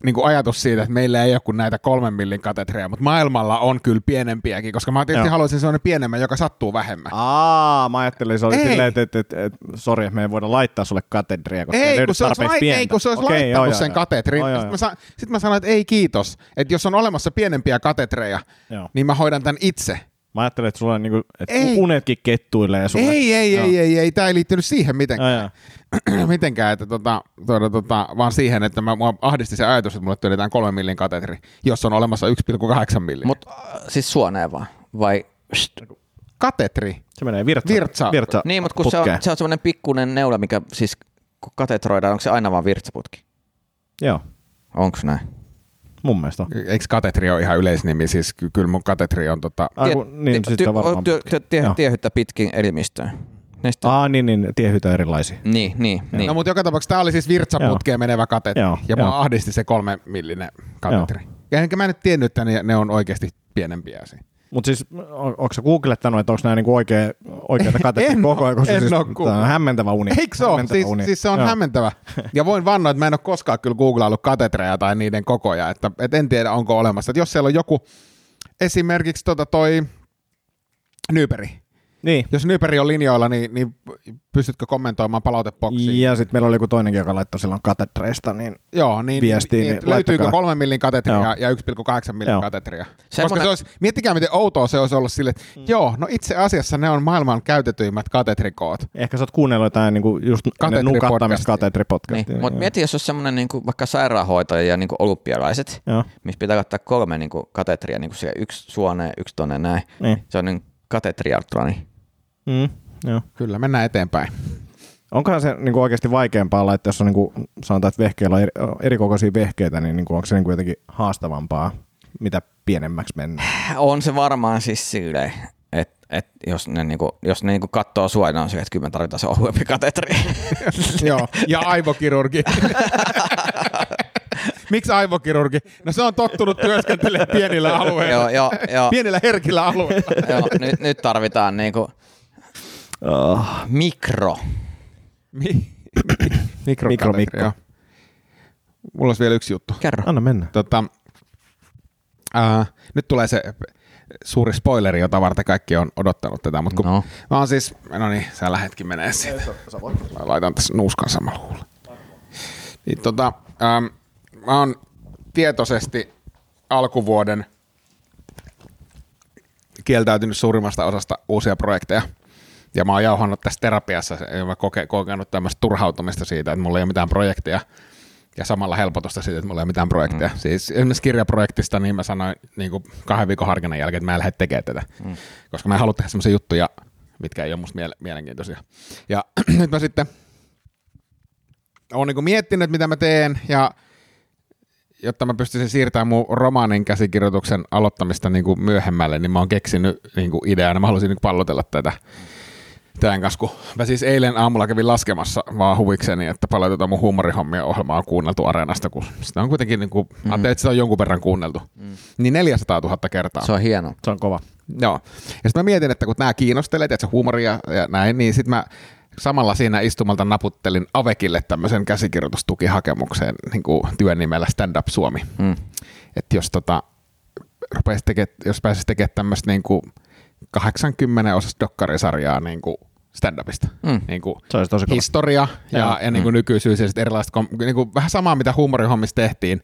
[SPEAKER 5] niin kuin ajatus siitä, että meillä ei ole kuin näitä kolmen millin katetreja, mutta maailmalla on kyllä pienempiäkin, koska mä tietysti
[SPEAKER 4] Joo. Ah,
[SPEAKER 5] Joo. haluaisin sellainen pienemmän, joka sattuu vähemmän.
[SPEAKER 4] Aa, mä ajattelin, se oli
[SPEAKER 5] Ei.
[SPEAKER 4] silleen, että, että, että, että sori, että me ei voida laittaa sulle katedria, koska ei
[SPEAKER 5] ei, kun
[SPEAKER 4] löydy
[SPEAKER 5] se olisi,
[SPEAKER 4] tarpeeksi
[SPEAKER 5] lai,
[SPEAKER 4] pientä.
[SPEAKER 5] ei, kun se olisi
[SPEAKER 4] Okei,
[SPEAKER 5] okay,
[SPEAKER 4] joo,
[SPEAKER 5] laittanut
[SPEAKER 4] joo,
[SPEAKER 5] sen
[SPEAKER 4] joo.
[SPEAKER 5] katetrin.
[SPEAKER 4] Joo, joo,
[SPEAKER 5] Sitten
[SPEAKER 4] joo.
[SPEAKER 5] mä, sa- sit mä sanoin, että ei kiitos. Että jos on olemassa pienempiä katetreja,
[SPEAKER 4] Joo.
[SPEAKER 5] niin mä hoidan tämän itse.
[SPEAKER 4] Mä ajattelin, että, sulla on niinku, että
[SPEAKER 5] Ei.
[SPEAKER 4] unetkin kettuilee sulle.
[SPEAKER 5] Ei, ei,
[SPEAKER 4] Joo.
[SPEAKER 5] ei, ei, ei. Tämä ei liittynyt siihen
[SPEAKER 4] Joo,
[SPEAKER 5] mitenkään.
[SPEAKER 4] joo.
[SPEAKER 5] mitenkään, että tota, tuota, tota, vaan siihen, että mä, mua ahdisti se ajatus, että mulle työnnetään kolmen millin katetri, jos on olemassa 1,8 millin. Mut
[SPEAKER 3] Mut äh, siis suoneen vaan, vai?
[SPEAKER 5] katetri,
[SPEAKER 4] Se menee virtsa,
[SPEAKER 5] Virtsa.
[SPEAKER 4] virtsa
[SPEAKER 3] Niin, mutta kun se on,
[SPEAKER 4] putkeen.
[SPEAKER 3] se on semmoinen pikkuinen neula, mikä siis kun katetroidaan, onko se aina vaan virtsaputki?
[SPEAKER 4] Joo,
[SPEAKER 3] Onks näin?
[SPEAKER 4] mun mielestä. on.
[SPEAKER 5] eikö katetri ole ihan yleisnimi, siis ky- kyllä mun katetri on tota,
[SPEAKER 4] Ai, kun, niin, sitten on varmaan
[SPEAKER 3] työ, työ, tie,
[SPEAKER 4] Joo.
[SPEAKER 3] tiehyttä pitkin elimistöön. Näistä,
[SPEAKER 4] Aa, niin, niin, tiehytä erilaisia.
[SPEAKER 3] Niin, niin, niin.
[SPEAKER 5] No mutta joka tapauksessa tämä oli siis virtsaputkeen menevä katetri,
[SPEAKER 4] Joo,
[SPEAKER 5] Joo. ja mua
[SPEAKER 4] joo.
[SPEAKER 5] ahdisti se kolme millinen katetri. Ja enkä mä nyt tiennyt, että ne, ne on oikeasti pienempiä siinä.
[SPEAKER 4] Mutta siis, on, onko sä googlettanut, että onko nämä niinku oikea, oikeita katetta
[SPEAKER 5] En
[SPEAKER 4] koko ajan? koska
[SPEAKER 5] oo, en
[SPEAKER 4] siis,
[SPEAKER 5] oo
[SPEAKER 4] Tämä on
[SPEAKER 5] googlettanut.
[SPEAKER 4] hämmentävä uni.
[SPEAKER 5] Eikö se ole?
[SPEAKER 4] Niin, Hämmentävä
[SPEAKER 5] Siis,
[SPEAKER 4] uni.
[SPEAKER 5] siis se on
[SPEAKER 4] Joo.
[SPEAKER 5] Joo. hämmentävä. Ja voin vannoa, että mä en ole koskaan kyllä googlaillut katetreja tai niiden kokoja. Että, et en tiedä, onko olemassa. Et jos siellä on joku, esimerkiksi tota toi Nyperi.
[SPEAKER 4] Niin.
[SPEAKER 5] Jos Nyperi on linjoilla, niin, niin pystytkö kommentoimaan palautepoksiin?
[SPEAKER 4] Ja sitten meillä oli joku toinenkin, joka laittoi silloin katetreista, niin
[SPEAKER 5] Joo, niin,
[SPEAKER 4] Viestiin,
[SPEAKER 5] niin,
[SPEAKER 4] niin
[SPEAKER 5] että löytyykö
[SPEAKER 4] laittakaa.
[SPEAKER 5] kolmen millin katetria
[SPEAKER 4] Joo.
[SPEAKER 5] joo. ja 1,8 millin
[SPEAKER 4] Joo.
[SPEAKER 5] joo. katetria. Koska
[SPEAKER 3] Semmoinen-
[SPEAKER 5] se olisi, miettikää, miten outoa se olisi ollut sille, että mm. joo, no itse asiassa ne on maailman käytetyimmät katetrikoot.
[SPEAKER 4] ehkä sä oot kuunnellut jotain niinku just
[SPEAKER 5] Katetripodcastia.
[SPEAKER 4] nukahtamista katetripodcastia.
[SPEAKER 3] Niin,
[SPEAKER 4] Joo.
[SPEAKER 3] mutta mieti, jos olisi semmoinen niin vaikka sairaanhoitaja ja niin kuin olympialaiset,
[SPEAKER 4] Joo.
[SPEAKER 3] missä pitää ottaa kolme niin kuin katetria, niin kuin siellä yksi suone, yksi tonne näin.
[SPEAKER 4] Niin.
[SPEAKER 3] Se on niin katetriatloni.
[SPEAKER 4] Mm, joo.
[SPEAKER 5] Kyllä, mennään eteenpäin.
[SPEAKER 4] Onkohan se niinku oikeasti vaikeampaa laittaa, jos on niinku, sanotaan, että vehkeillä on eri, erikokoisia vehkeitä, niin niinku, onko se niinku jotenkin haastavampaa, mitä pienemmäksi mennään?
[SPEAKER 3] On se varmaan siis silleen, että et jos ne, niinku, jos ne niinku kattoo sua, niin on se, että kyllä me tarvitaan se ohuempi katetri.
[SPEAKER 5] Joo, ja aivokirurgi. Miksi aivokirurgi? No se on tottunut työskentelemään pienillä
[SPEAKER 3] joo,
[SPEAKER 5] alueilla.
[SPEAKER 3] joo, joo,
[SPEAKER 5] Pienillä herkillä alueilla.
[SPEAKER 3] joo. Nyt, nyt tarvitaan niinku
[SPEAKER 4] Oh.
[SPEAKER 3] Ah. mikro.
[SPEAKER 5] Mikro,
[SPEAKER 4] Mikro, mikro.
[SPEAKER 5] Mulla olisi vielä yksi juttu.
[SPEAKER 3] Kerro.
[SPEAKER 4] Anna mennä.
[SPEAKER 5] Tota, äh, nyt tulee se suuri spoileri, jota varten kaikki on odottanut tätä, mutta kun
[SPEAKER 3] No.
[SPEAKER 5] no. mä oon siis, no niin, sä lähet menee siitä. Mä laitan tässä nuuskan samalla huulle. Niin, tota, ähm, mä oon tietoisesti alkuvuoden kieltäytynyt suurimmasta osasta uusia projekteja. Ja mä oon jauhannut tässä terapiassa, ja mä koke, kokenut tämmöistä turhautumista siitä, että mulla ei ole mitään projekteja. Ja samalla helpotusta siitä, että mulla ei ole mitään projekteja. Mm. Siis esimerkiksi kirjaprojektista, niin mä sanoin niin kuin kahden viikon harkinnan jälkeen, että mä en lähde tekemään tätä. Mm. Koska mä en halua tehdä semmoisia juttuja, mitkä ei ole musta miele- mielenkiintoisia. Ja nyt mä sitten oon niin miettinyt, mitä mä teen, ja jotta mä pystyisin siirtämään mun romaanin käsikirjoituksen aloittamista niin kuin myöhemmälle, niin mä oon keksinyt niin kuin idean, mä haluaisin niin kuin pallotella tätä tämän kanssa, kun mä siis eilen aamulla kävin laskemassa vaan huvikseni, että paljon tätä mun huumorihommia ohjelmaa on kuunneltu Areenasta, kun sitä on kuitenkin, niin kuin, mm. ajattelin, että sitä on jonkun verran kuunneltu, mm. niin 400 000 kertaa.
[SPEAKER 3] Se on hieno.
[SPEAKER 4] Se on kova.
[SPEAKER 5] Joo. Ja sitten mä mietin, että kun nämä kiinnostelee, että se huumoria ja näin, niin sitten mä samalla siinä istumalta naputtelin Avekille tämmöisen käsikirjoitustukihakemukseen niin kuin työn nimellä Stand Up Suomi. Mm. Että jos, tota, rupeaisi teke, jos pääsisi tekemään tämmöistä niin kuin 80 osasta dokkarisarjaa niin kuin stand-upista. Mm. Niin kuin
[SPEAKER 4] Se olisi tosi kova.
[SPEAKER 5] historia ja, ja, ja niin kuin mm. nykyisyys ja sitten erilaiset, kom- niin kuin vähän samaa mitä huumorihommissa tehtiin,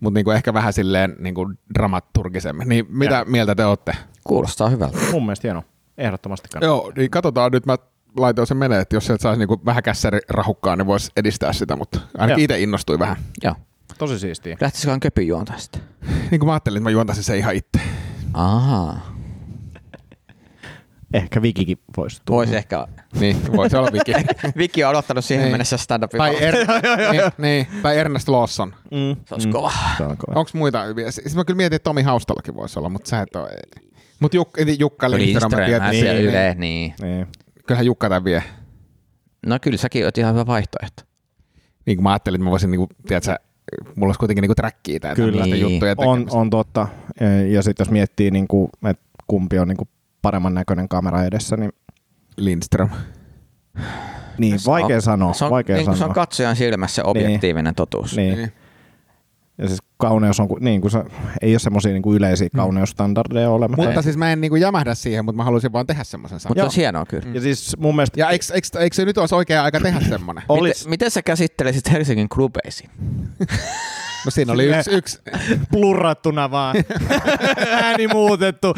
[SPEAKER 5] mutta niin kuin ehkä vähän silleen niin kuin dramaturgisemmin. Niin mitä ja. mieltä te olette?
[SPEAKER 3] Kuulostaa hyvältä.
[SPEAKER 4] Mun mielestä hieno. Ehdottomasti kannattaa.
[SPEAKER 5] Joo, niin katsotaan nyt, mä laitoin sen menee, että jos sieltä saisi niinku vähän kässäri rahukkaa, niin voisi edistää sitä, mutta ainakin
[SPEAKER 4] Joo.
[SPEAKER 5] itse innostuin vähän.
[SPEAKER 3] Joo.
[SPEAKER 4] Tosi siistiä.
[SPEAKER 3] Lähtisiköhän köpyn juontaa sitten?
[SPEAKER 5] Niin kuin mä ajattelin, että mä juontaisin sen ihan itse.
[SPEAKER 3] Ahaa.
[SPEAKER 4] Ehkä Vikikin voisi tulla.
[SPEAKER 3] Voisi ehkä...
[SPEAKER 5] Niin, voisi olla Viki.
[SPEAKER 3] Viki on odottanut siihen
[SPEAKER 5] Niin.
[SPEAKER 3] mennessä stand-upin.
[SPEAKER 5] tai, er, niin, niin, tai Ernest Lawson.
[SPEAKER 4] Mm.
[SPEAKER 3] Se olisi kova.
[SPEAKER 4] Se on kova.
[SPEAKER 5] Onko muita hyviä? Siis mä kyllä mietin, että Tomi Haustallakin voisi olla, mutta sä et ole. Mutta Jukka, Jukka Lindström, mä tiedän,
[SPEAKER 3] Lindström,
[SPEAKER 5] niin, niin,
[SPEAKER 3] Yle, niin.
[SPEAKER 4] Niin.
[SPEAKER 5] kyllähän Jukka tämän vie.
[SPEAKER 3] No kyllä säkin oot ihan hyvä vaihtoehto.
[SPEAKER 5] Niin kuin mä ajattelin, että mä voisin, niinku, tiedätkö, mulla olisi kuitenkin niinku trackia tai
[SPEAKER 4] Kyllä.
[SPEAKER 5] tällaista
[SPEAKER 3] Niin.
[SPEAKER 5] juttuja
[SPEAKER 4] On,
[SPEAKER 5] tekemistä.
[SPEAKER 4] on totta. Ja sitten jos miettii, niin kuin, että kumpi on niin kuin paremman näköinen kamera edessä, niin,
[SPEAKER 5] Lindström.
[SPEAKER 4] niin vaikea
[SPEAKER 3] on,
[SPEAKER 4] sanoa.
[SPEAKER 3] Siis Se on,
[SPEAKER 4] vaikea
[SPEAKER 3] niin,
[SPEAKER 4] sanoa.
[SPEAKER 3] kuin se on katsojan silmässä se objektiivinen niin. totuus. Niin.
[SPEAKER 4] Niin.
[SPEAKER 5] Niin.
[SPEAKER 4] Ja siis kauneus on, ku- niin kuin se, ei ole semmoisia niin kuin yleisiä
[SPEAKER 3] Mm.
[SPEAKER 4] kauneusstandardeja olemassa.
[SPEAKER 5] Mutta siis mä en niinku jämähdä siihen, mutta mä haluaisin vaan tehdä semmoisen saman.
[SPEAKER 3] Mutta se on hienoa kyllä.
[SPEAKER 4] ja siis mun mielestä
[SPEAKER 5] Ja eikö, eikö, eikö se nyt olisi oikea aika tehdä semmoinen?
[SPEAKER 4] olisi
[SPEAKER 3] Miten, miten sä käsittelisit Helsingin klubeisiin?
[SPEAKER 5] No siinä oli yksi, yksi,
[SPEAKER 4] plurrattuna vaan ääni muutettu.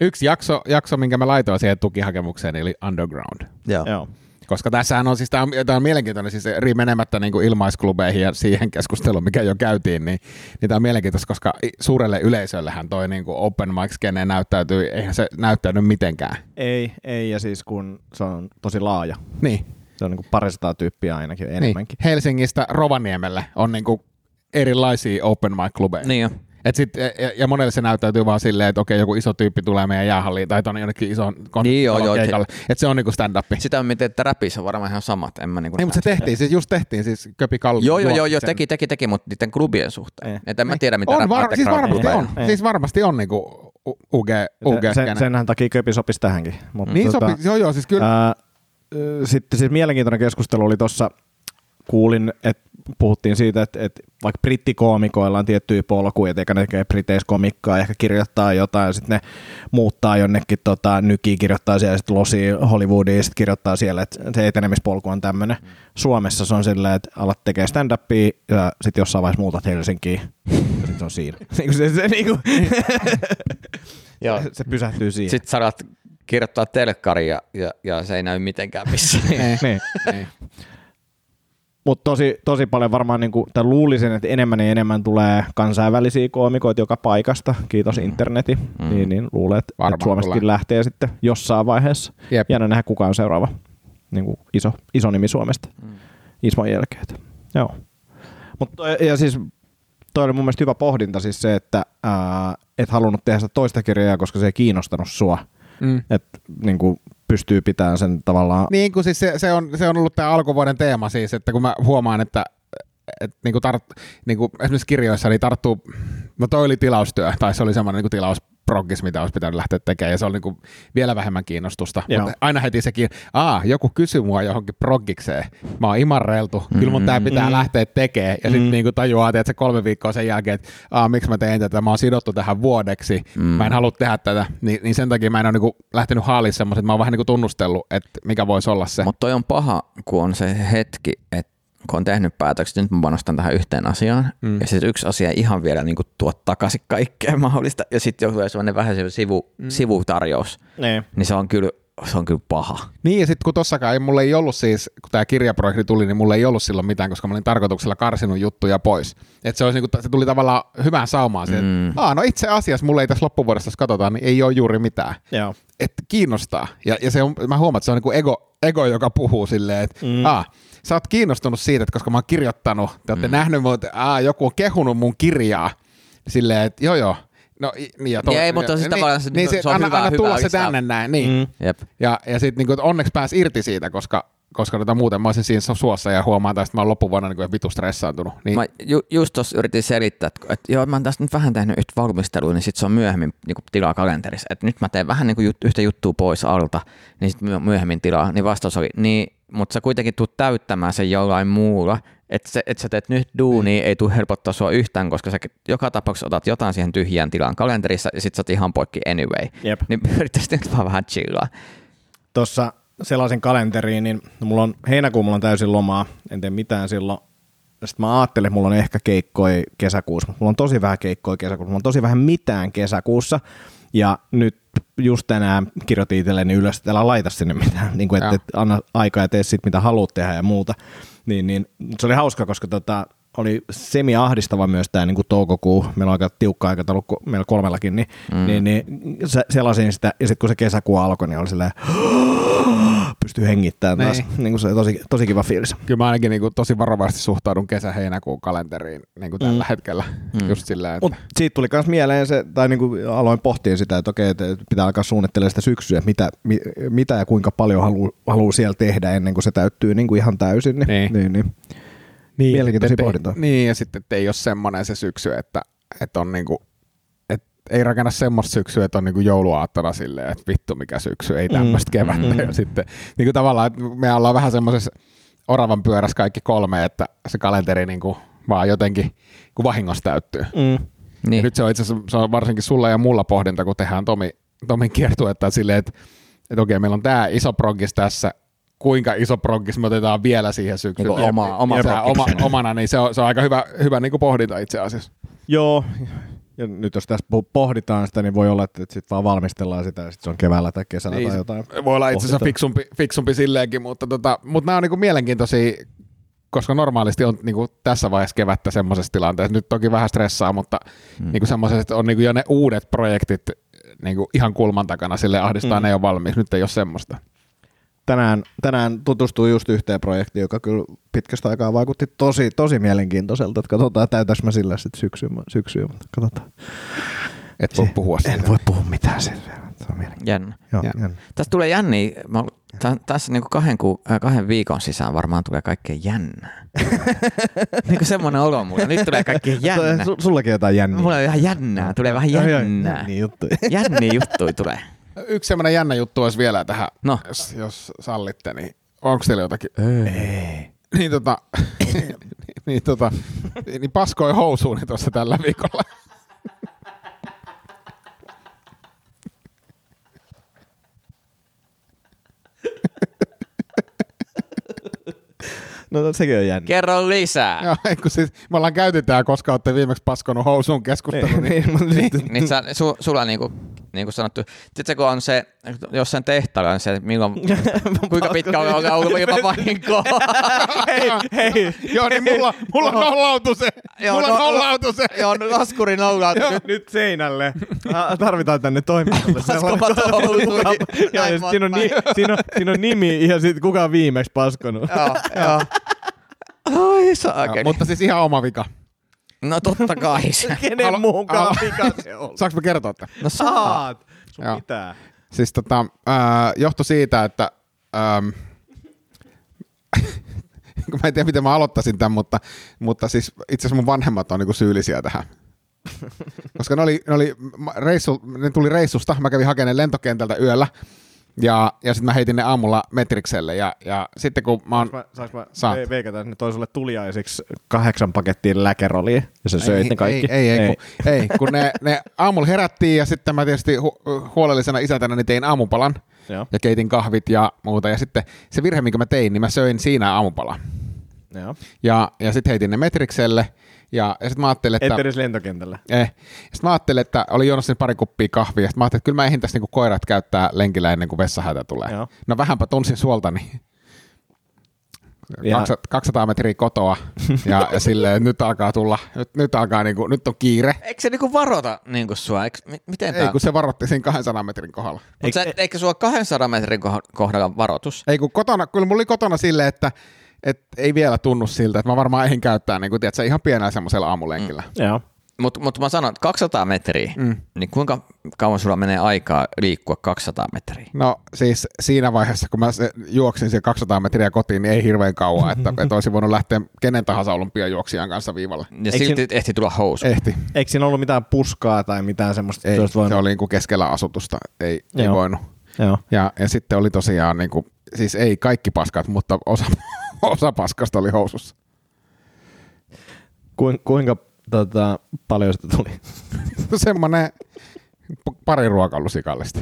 [SPEAKER 5] yksi jakso, jakso, minkä mä laitoin siihen tukihakemukseen, eli Underground.
[SPEAKER 4] Joo.
[SPEAKER 5] Koska tässähän on siis, tämä on, tää on mielenkiintoinen, siis eri menemättä niin kuin ilmaisklubeihin ja siihen keskusteluun, mikä jo käytiin, niin, niin tämä on mielenkiintoista, koska i- suurelle yleisöllähän toi niin kuin open mic skene näyttäytyy, eihän se näyttäydy mitenkään.
[SPEAKER 4] Ei, ei, ja siis kun se on tosi laaja.
[SPEAKER 5] Niin,
[SPEAKER 4] Se on niin kuin parisataa tyyppiä ainakin
[SPEAKER 5] niin.
[SPEAKER 4] enemmänkin.
[SPEAKER 5] Helsingistä Rovaniemelle on niin kuin erilaisia open mic klubeja.
[SPEAKER 3] Niin jo.
[SPEAKER 5] Et sit, e, ja, ja, monelle se näyttäytyy vaan silleen, että okei, joku iso tyyppi tulee meidän jäähalliin tai tuonne jonnekin ison kon-
[SPEAKER 3] Niin joo, joo,
[SPEAKER 5] keikalle. Että se on niinku stand-up.
[SPEAKER 3] Sitä on miten, että räpissä on varmaan ihan samat. En mä niinku
[SPEAKER 5] Ei, mutta se tehtiin, siis just tehtiin, siis Köpi Kalli.
[SPEAKER 3] Joo, joo,
[SPEAKER 5] juotti
[SPEAKER 3] joo, joo,
[SPEAKER 5] sen.
[SPEAKER 3] teki, teki, teki, mutta niiden klubien suhteen.
[SPEAKER 4] Ei.
[SPEAKER 3] Et en mä tiedä, mitä Niin,
[SPEAKER 5] On,
[SPEAKER 3] rap-
[SPEAKER 5] var- siis
[SPEAKER 3] underground
[SPEAKER 5] varmasti
[SPEAKER 4] ei,
[SPEAKER 5] on.
[SPEAKER 4] ei.
[SPEAKER 5] Siis varmasti on niinku u- UG, UG
[SPEAKER 4] Se- Tota- sen, senhän takia köpi sopisi tähänkin.
[SPEAKER 3] Mm.
[SPEAKER 4] Mutta
[SPEAKER 5] Niin sopii, joo, joo, siis kyllä.
[SPEAKER 4] Ää, sitten siis mielenkiintoinen keskustelu oli tuossa, kuulin, että puhuttiin siitä, että, että vaikka brittikoomikoilla on tiettyjä polkuja, että eikä ne tekee briteiskomikkaa, ehkä kirjoittaa jotain, ja sitten ne muuttaa jonnekin tota, nykiin, kirjoittaa siellä, sitten losi Hollywoodiin, ja sitten kirjoittaa siellä, että se etenemispolku on tämmöinen. Suomessa se on silleen, että alat tekee stand-upia, ja sitten jossain vaiheessa muutat Helsinkiin, ja sitten se on siinä. Niinku se, se, niinku,
[SPEAKER 3] Joo.
[SPEAKER 4] se pysähtyy siihen.
[SPEAKER 3] Sitten sadat kirjoittaa telkkari ja, ja, ja se ei näy mitenkään missään.
[SPEAKER 4] niin. Mutta tosi, tosi paljon varmaan, niin kuin, tai luulisin, että enemmän ja enemmän tulee kansainvälisiä koomikoita joka paikasta, kiitos internetin, mm. niin, niin luulen, että,
[SPEAKER 5] Varmaan
[SPEAKER 4] että Suomestakin
[SPEAKER 5] tulee.
[SPEAKER 4] lähtee sitten jossain vaiheessa.
[SPEAKER 5] Jep.
[SPEAKER 4] Jännä nähdä, kuka on seuraava niin kuin iso, iso nimi Suomesta mm. Ismon jälkeen. Että, Joo. Mut, toi- ja siis toi oli mun mielestä hyvä pohdinta siis se, että ää, et halunnut tehdä sitä toista kirjaa, koska se ei kiinnostanut sua.
[SPEAKER 5] Mm.
[SPEAKER 4] Että niin kuin pystyy pitämään sen tavallaan
[SPEAKER 5] Niin kuin siis se, se, on, se on ollut tämä alkuvuoden teema siis, että kun mä huomaan, että et niinku tart, niinku esimerkiksi kirjoissa niin tarttuu, no toi oli tilaustyö, tai se oli semmoinen niinku tilausproggis, mitä olisi pitänyt lähteä tekemään, ja se oli niinku vielä vähemmän kiinnostusta.
[SPEAKER 4] Joo.
[SPEAKER 5] Mutta aina heti sekin, aa, joku kysyi mua johonkin proggikseen, mä oon imarreltu, kyllä mun tää pitää lähteä tekemään, ja sitten niinku tajuaa, että se kolme viikkoa sen jälkeen, että aa, miksi mä tein tätä, mä oon sidottu tähän vuodeksi, mä en halua tehdä tätä, Ni, niin sen takia mä en ole niinku lähtenyt haaliin semmoiset, mä oon vähän niinku tunnustellut, että mikä voisi olla se.
[SPEAKER 3] Mutta toi on paha, kun on se hetki, että kun on tehnyt päätökset, nyt mä panostan tähän yhteen asiaan. Mm. Ja sitten yksi asia ei ihan vielä niin tuo takaisin kaikkea mahdollista. Ja sitten joku sellainen vähän se sivu, mm. sivutarjous.
[SPEAKER 4] Niin.
[SPEAKER 3] Niin se on kyllä se on kyllä paha.
[SPEAKER 5] Niin, ja sitten kun tossakaan ei, mulla ei ollut siis, kun tämä kirjaprojekti tuli, niin mulla ei ollut silloin mitään, koska mä olin tarkoituksella karsinut juttuja pois. Et se, olisi, niinku, se tuli tavallaan hyvään saumaan siihen. Mm. Aa, no itse asiassa mulla ei tässä loppuvuodesta, jos katsotaan, niin ei ole juuri mitään.
[SPEAKER 4] Joo.
[SPEAKER 5] Et kiinnostaa. Ja, ja se on, mä huomaan, että se on niinku ego, ego, joka puhuu silleen, että mm. aa, sä oot kiinnostunut siitä, että koska mä oon kirjoittanut, te ootte mm. nähnyt, mut, aa, joku on kehunut mun kirjaa. Silleen, että joo joo. No, i- niin, ja
[SPEAKER 3] Niin, ei, mutta siis tavallaan se-
[SPEAKER 5] niin,
[SPEAKER 3] se on
[SPEAKER 5] anna,
[SPEAKER 3] hyvä-
[SPEAKER 5] anna
[SPEAKER 3] hyvä
[SPEAKER 5] tulla se
[SPEAKER 3] oikeastaan.
[SPEAKER 5] tänne näin. Niin. Mm.
[SPEAKER 3] Jep.
[SPEAKER 5] Ja, ja sitten niinku, et onneksi pääsi irti siitä, koska, koska tota, muuten mä olisin siinä su- suossa ja huomaan taas, että mä oon loppuvuonna niinku, vitu stressaantunut. Niin,
[SPEAKER 3] Mä ju, just tuossa yritin selittää, että, kun- että joo, mä oon tässä nyt vähän tehnyt yhtä valmistelua, niin sit se on myöhemmin niin tilaa kalenterissa. Että nyt mä teen vähän niin jut, yhtä juttua pois alta, niin sit myö- myöhemmin tilaa. Niin vastaus oli, niin, mutta sä kuitenkin tuut täyttämään sen jollain muulla. Että se, et sä teet nyt
[SPEAKER 5] Mm.
[SPEAKER 3] duunia, ei tule helpottaa sua yhtään, koska sä joka tapauksessa otat jotain siihen tyhjään tilaan kalenterissa ja sit sä oot ihan poikki anyway.
[SPEAKER 4] Jep.
[SPEAKER 3] Niin yrittäisi nyt vaan vähän chillaa.
[SPEAKER 4] tuossa sellaisen kalenteriin, niin mulla on heinäkuun mulla on täysin lomaa, en tee mitään silloin. Sitten mä ajattelin, että mulla on ehkä keikkoja kesäkuussa, mutta mulla on tosi vähän keikkoja kesäkuussa, mulla on tosi vähän mitään kesäkuussa. Ja nyt just tänään kirjoitin itselleni ylös, että älä laita sinne mitään, niin kuin, että,
[SPEAKER 5] Joo.
[SPEAKER 4] että anna aikaa ja tee sit mitä haluat tehdä ja muuta. Niin, niin, se oli hauska, koska tota, oli semi-ahdistava myös tämä niin toukokuu. Meillä on aika tiukka aikataulu, kun meillä kolmellakin, niin, mm. niin, niin se, selasin sitä. Ja sitten kun se kesäkuu alkoi, niin oli silleen, pystyy hengittämään taas.
[SPEAKER 5] Niin.
[SPEAKER 4] Niin kuin se tosi, tosi kiva fiilis.
[SPEAKER 5] kyllä mä ainakin niinku, tosi varovasti suhtaudun kesä-heinäkuun kalenteriin niinku tällä
[SPEAKER 3] Mm.
[SPEAKER 5] hetkellä. Just sillä, että...
[SPEAKER 4] Mut siitä tuli myös mieleen se, tai niinku aloin pohtia sitä, että okei, että pitää alkaa suunnittelemaan sitä syksyä, että mitä, mi, mitä ja kuinka paljon haluaa haluu siellä tehdä ennen kuin se täyttyy niinku ihan täysin. Niin,
[SPEAKER 5] Niin.
[SPEAKER 4] niin. niin, niin. niin Mielenkiintoisia
[SPEAKER 5] Ettei-
[SPEAKER 4] pohdintoja.
[SPEAKER 5] Niin, ja sitten että ei ole semmoinen se syksy, että, että on niinku, että ei rakenna semmoista syksyä, että on niinku jouluaattona silleen, että vittu mikä syksy, ei tämmöistä kevättä. Ja sitten niin kuin tavallaan, että me ollaan vähän semmoisessa oravan pyörässä kaikki kolme, että se kalenteri niinku vaan jotenkin kun vahingossa täyttyy.
[SPEAKER 4] Mm.
[SPEAKER 5] Ja
[SPEAKER 3] Niin.
[SPEAKER 5] nyt se on itse asiassa se on varsinkin sulla ja mulla pohdinta, kun tehdään Tomi, Tomin kiertuetta silleen, että, että okei, meillä on tämä iso proggis tässä, kuinka iso proggis me otetaan vielä siihen syksyyn.
[SPEAKER 3] Niinku oma- oma
[SPEAKER 5] tää oma,
[SPEAKER 3] proggis.
[SPEAKER 5] omana, niin se on, se on aika hyvä, hyvä niin kuin pohdinta itse asiassa.
[SPEAKER 4] Joo, ja nyt jos tässä po- pohditaan sitä, niin voi olla, että sitten vaan valmistellaan sitä ja sitten se on keväällä tai kesällä
[SPEAKER 5] Niin,
[SPEAKER 4] tai jotain.
[SPEAKER 5] Voi olla itse asiassa
[SPEAKER 4] Pohditaan.
[SPEAKER 5] fiksumpi, fiksumpi silleenkin, mutta, tota, mutta nämä on niin kuin mielenkiintoisia, koska normaalisti on niin kuin tässä vaiheessa kevättä semmoisessa tilanteessa. Nyt toki vähän stressaa, mutta mm. niin kuin semmoisessa, että on niin kuin jo ne uudet projektit niin kuin ihan kulman takana, sille ahdistaa mm. ne jo valmiiksi. Nyt ei ole semmoista.
[SPEAKER 4] tänään, tänään tutustuin just yhteen projektiin, joka kyllä pitkästä aikaa vaikutti tosi, tosi mielenkiintoiselta. Että katsotaan, täytäis mä sillä sitten syksyyn, syksyyn, mutta katsotaan.
[SPEAKER 5] Et voi puhua
[SPEAKER 4] En
[SPEAKER 5] siitä.
[SPEAKER 4] voi puhua mitään sen verran. Se on mielenkiintoista.
[SPEAKER 3] Jännä.
[SPEAKER 4] Joo,
[SPEAKER 5] Joo.
[SPEAKER 4] jännä.
[SPEAKER 3] Tässä tulee jänni. Mä, tä, tässä niinku kahden, ku, äh, kahden viikon sisään varmaan tulee kaikkea jännää. niinku semmoinen olo mulla. Nyt tulee kaikkea jännää.
[SPEAKER 4] Su- sullakin jotain jännää.
[SPEAKER 3] Mulla on ihan jännää. Tulee vähän
[SPEAKER 4] Joo, joo,
[SPEAKER 3] jännää.
[SPEAKER 4] Niin juttu.
[SPEAKER 3] Jänniä juttuja tulee.
[SPEAKER 5] Yksi semmoinen jännä juttu olisi vielä tähän,
[SPEAKER 3] No.
[SPEAKER 5] jos, jos sallitte, niin onko teillä jotakin? Niin tota, niin, tota, niin paskoi housuuni tuossa tällä viikolla.
[SPEAKER 4] No sekin on jännä.
[SPEAKER 3] Kerro lisää.
[SPEAKER 5] Joo, ei kun siis, me ollaan käyty tää, koska olette viimeksi paskonut housuun keskustelun. Niin,
[SPEAKER 4] niin, mutta nyt-
[SPEAKER 3] Niin sä, su, sulla niinku, niinku sanottu, tiedätkö kun on se, jossain tehtävä on se, milloin, kuinka pitkä on on ollut ilman vahinkoa.
[SPEAKER 4] hei, hei.
[SPEAKER 5] joo, niin mulla, mulla nollautui se.
[SPEAKER 3] Joo,
[SPEAKER 5] mulla
[SPEAKER 3] no-
[SPEAKER 5] nollautui se.
[SPEAKER 3] Joo, laskuri nollaa. Nyt
[SPEAKER 4] Nyt seinälle. Ah, Tarvitaan tänne toimistolle.
[SPEAKER 3] paskovat housuihin.
[SPEAKER 4] Joo, ja
[SPEAKER 3] Näin mä
[SPEAKER 4] sit
[SPEAKER 3] oon
[SPEAKER 4] siinä, on niin- ni, siinä, on, siinä on nimi ja sitten kuka on viimeksi paskonut.
[SPEAKER 3] Joo, joo. Ai saakeli.
[SPEAKER 5] Joo, mutta siis ihan oma vika.
[SPEAKER 3] No totta kai se.
[SPEAKER 5] Alo-
[SPEAKER 4] Kenen muunkaan
[SPEAKER 5] alo-
[SPEAKER 4] vika se on?
[SPEAKER 5] Saanko mä kertoa tämän?
[SPEAKER 3] No saa.
[SPEAKER 4] Saat! Sun
[SPEAKER 5] Joo.
[SPEAKER 4] pitää.
[SPEAKER 5] Siis tota, äh, johtu siitä, että ähm, kun mä en tiedä, miten mä aloittaisin tämän, mutta, mutta siis itse asiassa mun vanhemmat on niinku syyllisiä tähän. Koska ne, oli, ne, oli ma- reissu, ne tuli reissusta, mä kävin hakemaan ne lentokentältä yöllä ja, ja sitten mä heitin ne aamulla metrikselle ja, ja sitten kun mä oon...
[SPEAKER 4] Saanko mä, saanko mä
[SPEAKER 5] Saat.
[SPEAKER 4] ve- veikata, että ne toi sulle tuliaisiksi kahdeksan pakettia läkerolia ja sä söit ne kaikki? Niin.
[SPEAKER 5] Ei, ei, ei, kun, ei kun ne, ne aamulla herättiin ja sitten mä tietysti hu- huolellisena isäntänä niin tein aamupalan
[SPEAKER 4] Joo.
[SPEAKER 5] ja keitin kahvit ja muuta. Ja sitten se virhe, minkä mä tein, niin mä söin siinä aamupalan.
[SPEAKER 4] Joo.
[SPEAKER 5] Ja, ja sitten heitin ne Metrikselle. Ja, ja sitten mä ajattelin, että...
[SPEAKER 4] Et edes lentokentällä.
[SPEAKER 5] Eh. Sitten mä ajattelin, että oli juonut sinne pari kuppia kahvia. Sitten mä ajattelin, että kyllä mä ehdin tässä niinku koirat käyttää lenkillä ennen kuin vessahätä tulee.
[SPEAKER 4] Joo.
[SPEAKER 5] Joo. No vähänpä tunsin suoltani.
[SPEAKER 4] Ja-
[SPEAKER 5] 200, 200 metriä kotoa ja, ja silleen, nyt alkaa tulla, nyt, nyt alkaa niinku, nyt on kiire.
[SPEAKER 3] Eikö se niinku varota niinku sua? Eikö, mi- miten
[SPEAKER 5] Ei
[SPEAKER 3] tää?
[SPEAKER 5] kun se varoitti siinä 200 metrin kohdalla.
[SPEAKER 3] Mut sä, eikö sulla 200 metrin koh- kohdalla varoitus?
[SPEAKER 5] Ei kun kotona, kyllä mulla oli kotona silleen, että et ei vielä tunnu siltä, että mä varmaan ehdin käyttää niin kun, tiedätkö, ihan pienellä semmoisella aamulenkillä. Mm.
[SPEAKER 4] Joo.
[SPEAKER 3] Mutta mut mä sanon, että 200 metriä, mm. niin kuinka kauan sulla menee aikaa liikkua 200 metriä?
[SPEAKER 5] No siis siinä vaiheessa, kun mä se- juoksin sen 200 metriä kotiin, niin ei hirveän kauan, että, että olisin voinut lähteä kenen tahansa olympiajuoksijan kanssa viivalle.
[SPEAKER 3] Ja
[SPEAKER 4] Eikö Eh.
[SPEAKER 3] silti ehti tulla housu.
[SPEAKER 5] Ehti.
[SPEAKER 4] Eikö siinä ollut mitään puskaa tai mitään semmoista?
[SPEAKER 5] Ei,
[SPEAKER 4] että olisit voinut-
[SPEAKER 5] se oli niin kuin keskellä asutusta, ei, ei
[SPEAKER 4] Joo.
[SPEAKER 5] voinut.
[SPEAKER 4] Joo.
[SPEAKER 5] Ja, ja sitten oli tosiaan, niin kuin, siis ei kaikki paskat, mutta osa, osa paskasta oli housussa.
[SPEAKER 4] Kuin, kuinka tota, paljon sitä tuli?
[SPEAKER 5] Semmoinen p- pari ruokailusikallista.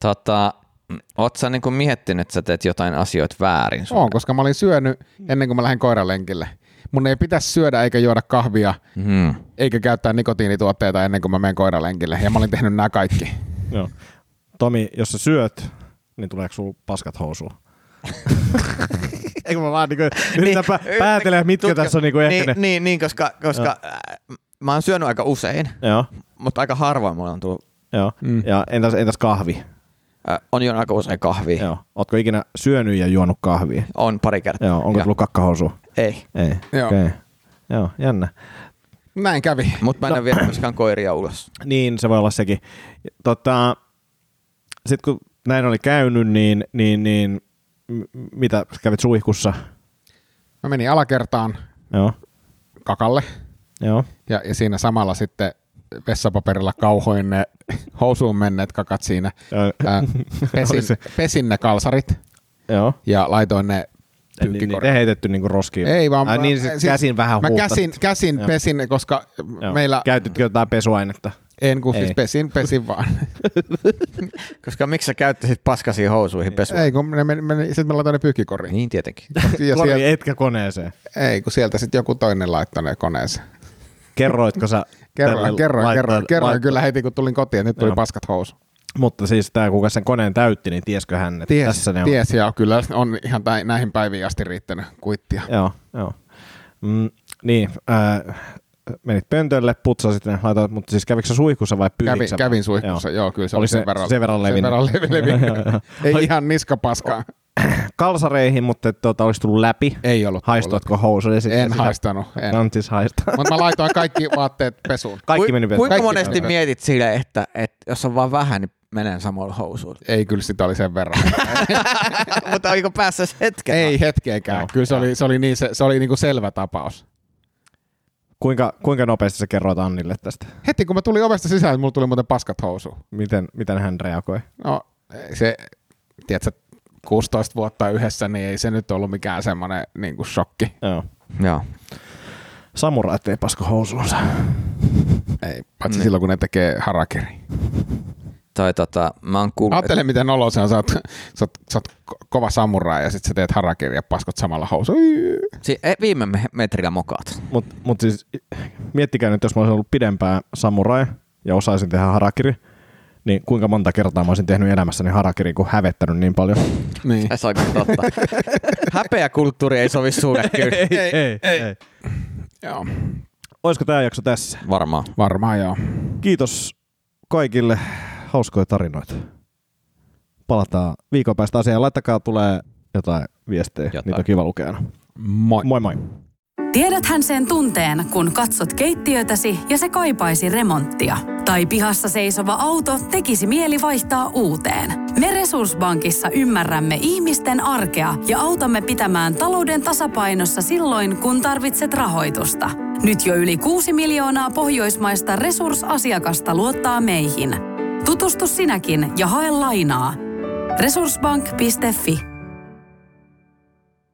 [SPEAKER 3] Tota, mm, oot sä niinku miettinyt, että sä teet jotain asioita väärin? sun-
[SPEAKER 5] On, koska mä olin syönyt ennen kuin mä lähdin koiralenkille. Mun ei pitäisi syödä eikä juoda kahvia
[SPEAKER 3] Mm.
[SPEAKER 5] eikä käyttää nikotiinituotteita ennen kuin mä menen koiralenkille. Ja mä olin tehnyt nämä kaikki.
[SPEAKER 4] Joo. Tomi, jos sä syöt, niin tuleeko sulla paskat housuun? Eikö mä vaan niinku, yritän niin, pä- päätellä, mitkä
[SPEAKER 3] tutka-
[SPEAKER 4] tässä on niinku ehkä
[SPEAKER 3] niin,
[SPEAKER 4] ne.
[SPEAKER 3] niin, niin, koska, koska äh, mä oon syönyt aika usein,
[SPEAKER 4] Joo,
[SPEAKER 3] mutta aika harvoin mulla on tullut,
[SPEAKER 4] joo. Mm. Niin. Ja entäs, entäs kahvi?
[SPEAKER 3] äh, on juonut aika usein kahvia.
[SPEAKER 4] Joo. Ootko ikinä syönyt ja juonut kahvia?
[SPEAKER 3] On pari kertaa.
[SPEAKER 4] Joo, onko
[SPEAKER 3] Ja-
[SPEAKER 4] tullut kakkahousu?
[SPEAKER 3] Ei,
[SPEAKER 4] Ei.
[SPEAKER 5] Joo.
[SPEAKER 4] Okei. Joo, jännä.
[SPEAKER 5] Näin kävi.
[SPEAKER 3] mutta mä en no. ole vielä myöskään koiria ulos.
[SPEAKER 4] Niin, se voi olla sekin. Tota, Sitten kun näin oli käynyt, niin, niin, niin m- mitä, sä kävit suihkussa?
[SPEAKER 5] Mä menin alakertaan
[SPEAKER 4] Joo,
[SPEAKER 5] kakalle
[SPEAKER 4] joo.
[SPEAKER 5] ja, ja siinä samalla sitten vessapaperilla kauhoin ne housuun menneet kakat siinä.
[SPEAKER 4] Joo.
[SPEAKER 5] Ää,
[SPEAKER 4] Oli se.
[SPEAKER 5] pesin, pesin ne kalsarit
[SPEAKER 4] joo.
[SPEAKER 5] ja laitoin ne
[SPEAKER 4] Niin, niin,
[SPEAKER 5] pyykkikoriin.
[SPEAKER 4] ei heitetty niinku roskiin.
[SPEAKER 5] Ei vaan...
[SPEAKER 4] Ai, niin, siis käsin vähän
[SPEAKER 5] Mä
[SPEAKER 4] huuhtasit.
[SPEAKER 5] käsin, käsin
[SPEAKER 4] Joo.
[SPEAKER 5] pesin, koska
[SPEAKER 4] Joo.
[SPEAKER 5] meillä...
[SPEAKER 4] Käytitkö jotain pesuainetta?
[SPEAKER 5] En kun
[SPEAKER 4] Ei.
[SPEAKER 5] siis pesin, pesin vaan.
[SPEAKER 3] Koska miksi sä käyttäisit paskasiin housuihin pesua?
[SPEAKER 5] Ei kun ne meni, meni sitten me laitoin ne pyykkikoriin.
[SPEAKER 3] Niin tietenkin.
[SPEAKER 5] Ja
[SPEAKER 4] Kori,
[SPEAKER 5] sieltä,
[SPEAKER 4] etkä koneeseen.
[SPEAKER 5] ei kun sieltä sitten joku toinen laittoi ne koneeseen.
[SPEAKER 4] Kerroitko sä?
[SPEAKER 5] Kerran,
[SPEAKER 4] tälle
[SPEAKER 5] kerran,
[SPEAKER 4] laittaa-
[SPEAKER 5] kerran, kerran
[SPEAKER 4] laittaa-
[SPEAKER 5] kyllä heti kun tulin kotiin, että nyt tuli
[SPEAKER 4] Joo.
[SPEAKER 5] paskat housu.
[SPEAKER 4] Mutta siis tämä, kuka sen koneen täytti, niin tieskö hän, että
[SPEAKER 5] Ties,
[SPEAKER 4] tässä ne on?
[SPEAKER 5] ties ja kyllä on ihan tä- näihin päiviin asti riittänyt kuittia.
[SPEAKER 4] Joo, joo. Mm, niin, äh, menit pöntölle, putsasit ne, laitoit, mutta siis kävikö sä suihkussa vai
[SPEAKER 5] Kävin,
[SPEAKER 4] pyyhikö
[SPEAKER 5] kävin suihkussa, joo. joo, kyllä se oli, sen verran,
[SPEAKER 4] sen verran levinnyt.
[SPEAKER 5] Sen verran levinnyt. Ei ihan niskapaskaa.
[SPEAKER 4] Kalsareihin, mutta et, tuota, olisi tullut läpi.
[SPEAKER 5] Ei ollut
[SPEAKER 4] Haistoitko housuja? sitten?
[SPEAKER 5] En
[SPEAKER 4] Sitä- No.
[SPEAKER 5] haistanut, en.
[SPEAKER 4] Kantis haistaa.
[SPEAKER 5] Mutta mä laitoin kaikki vaatteet pesuun.
[SPEAKER 4] Kaikki meni pesuun.
[SPEAKER 3] Kuinka
[SPEAKER 5] Kaikki
[SPEAKER 3] monesti
[SPEAKER 5] meni
[SPEAKER 3] mietit sille, että, että jos on vaan vähän, niin menen samalla housuilla?
[SPEAKER 5] Ei, kyllä sitä oli sen verran.
[SPEAKER 3] Mutta oliko päässä se hetken?
[SPEAKER 5] Ei hetkeäkään.
[SPEAKER 4] Joo.
[SPEAKER 5] Kyllä se oli, se oli, niin, se, se oli niinku selvä tapaus.
[SPEAKER 4] Kuinka, kuinka nopeasti sä kerroit Annille tästä?
[SPEAKER 5] Heti kun mä tulin ovesta sisään, mulla tuli muuten paskat housuun.
[SPEAKER 4] Miten, miten hän reagoi?
[SPEAKER 5] No se, tiedätkö, 16 vuotta yhdessä, niin ei se nyt ollut mikään semmoinen niin shokki.
[SPEAKER 4] Joo.
[SPEAKER 3] Joo.
[SPEAKER 4] Samuraat ei pasko housuunsa.
[SPEAKER 5] Ei, paitsi silloin, kun ne tekee harakiri.
[SPEAKER 3] Tai tota, mä oon kuullut, että
[SPEAKER 5] Ajattele, miten olo se on. Sä oot, sä oot, sä oot ko- kova samurai ja sit sä teet harakiria ja paskot samalla housuun.
[SPEAKER 3] si- eh, viime me- metrillä mokaat.
[SPEAKER 4] Mutta mut siis miettikää nyt, jos mä olisin ollut pidempään samurai ja osaisin tehdä harakiri, niin kuinka monta kertaa mä olisin tehnyt elämässäni harakiri, kun hävettänyt niin paljon.
[SPEAKER 5] Niin.
[SPEAKER 3] Se on kyllä totta. Häpeä kulttuuri ei sovi sulle kyllä.
[SPEAKER 4] ei, ei, ei.
[SPEAKER 5] Joo.
[SPEAKER 4] Olisiko tämä jakso tässä?
[SPEAKER 3] Varmaan.
[SPEAKER 5] Varmaan joo.
[SPEAKER 4] Kiitos kaikille. Hauskoja tarinoita. Palataan viikon päästä asiaan. Laittakaa tulee jotain viestejä.
[SPEAKER 3] Jotain.
[SPEAKER 4] Niitä on kiva lukea. aina.
[SPEAKER 5] Moi.
[SPEAKER 4] Moi moi.
[SPEAKER 6] Tiedäthän sen tunteen, kun katsot keittiötäsi ja se kaipaisi remonttia. Tai pihassa seisova auto tekisi mieli vaihtaa uuteen. Me Resurssbankissa ymmärrämme ihmisten arkea ja autamme pitämään talouden tasapainossa silloin, kun tarvitset rahoitusta. Nyt jo yli 6 miljoonaa pohjoismaista resursasiakasta luottaa meihin. Tutustu sinäkin ja hae lainaa. Resurssbank.fi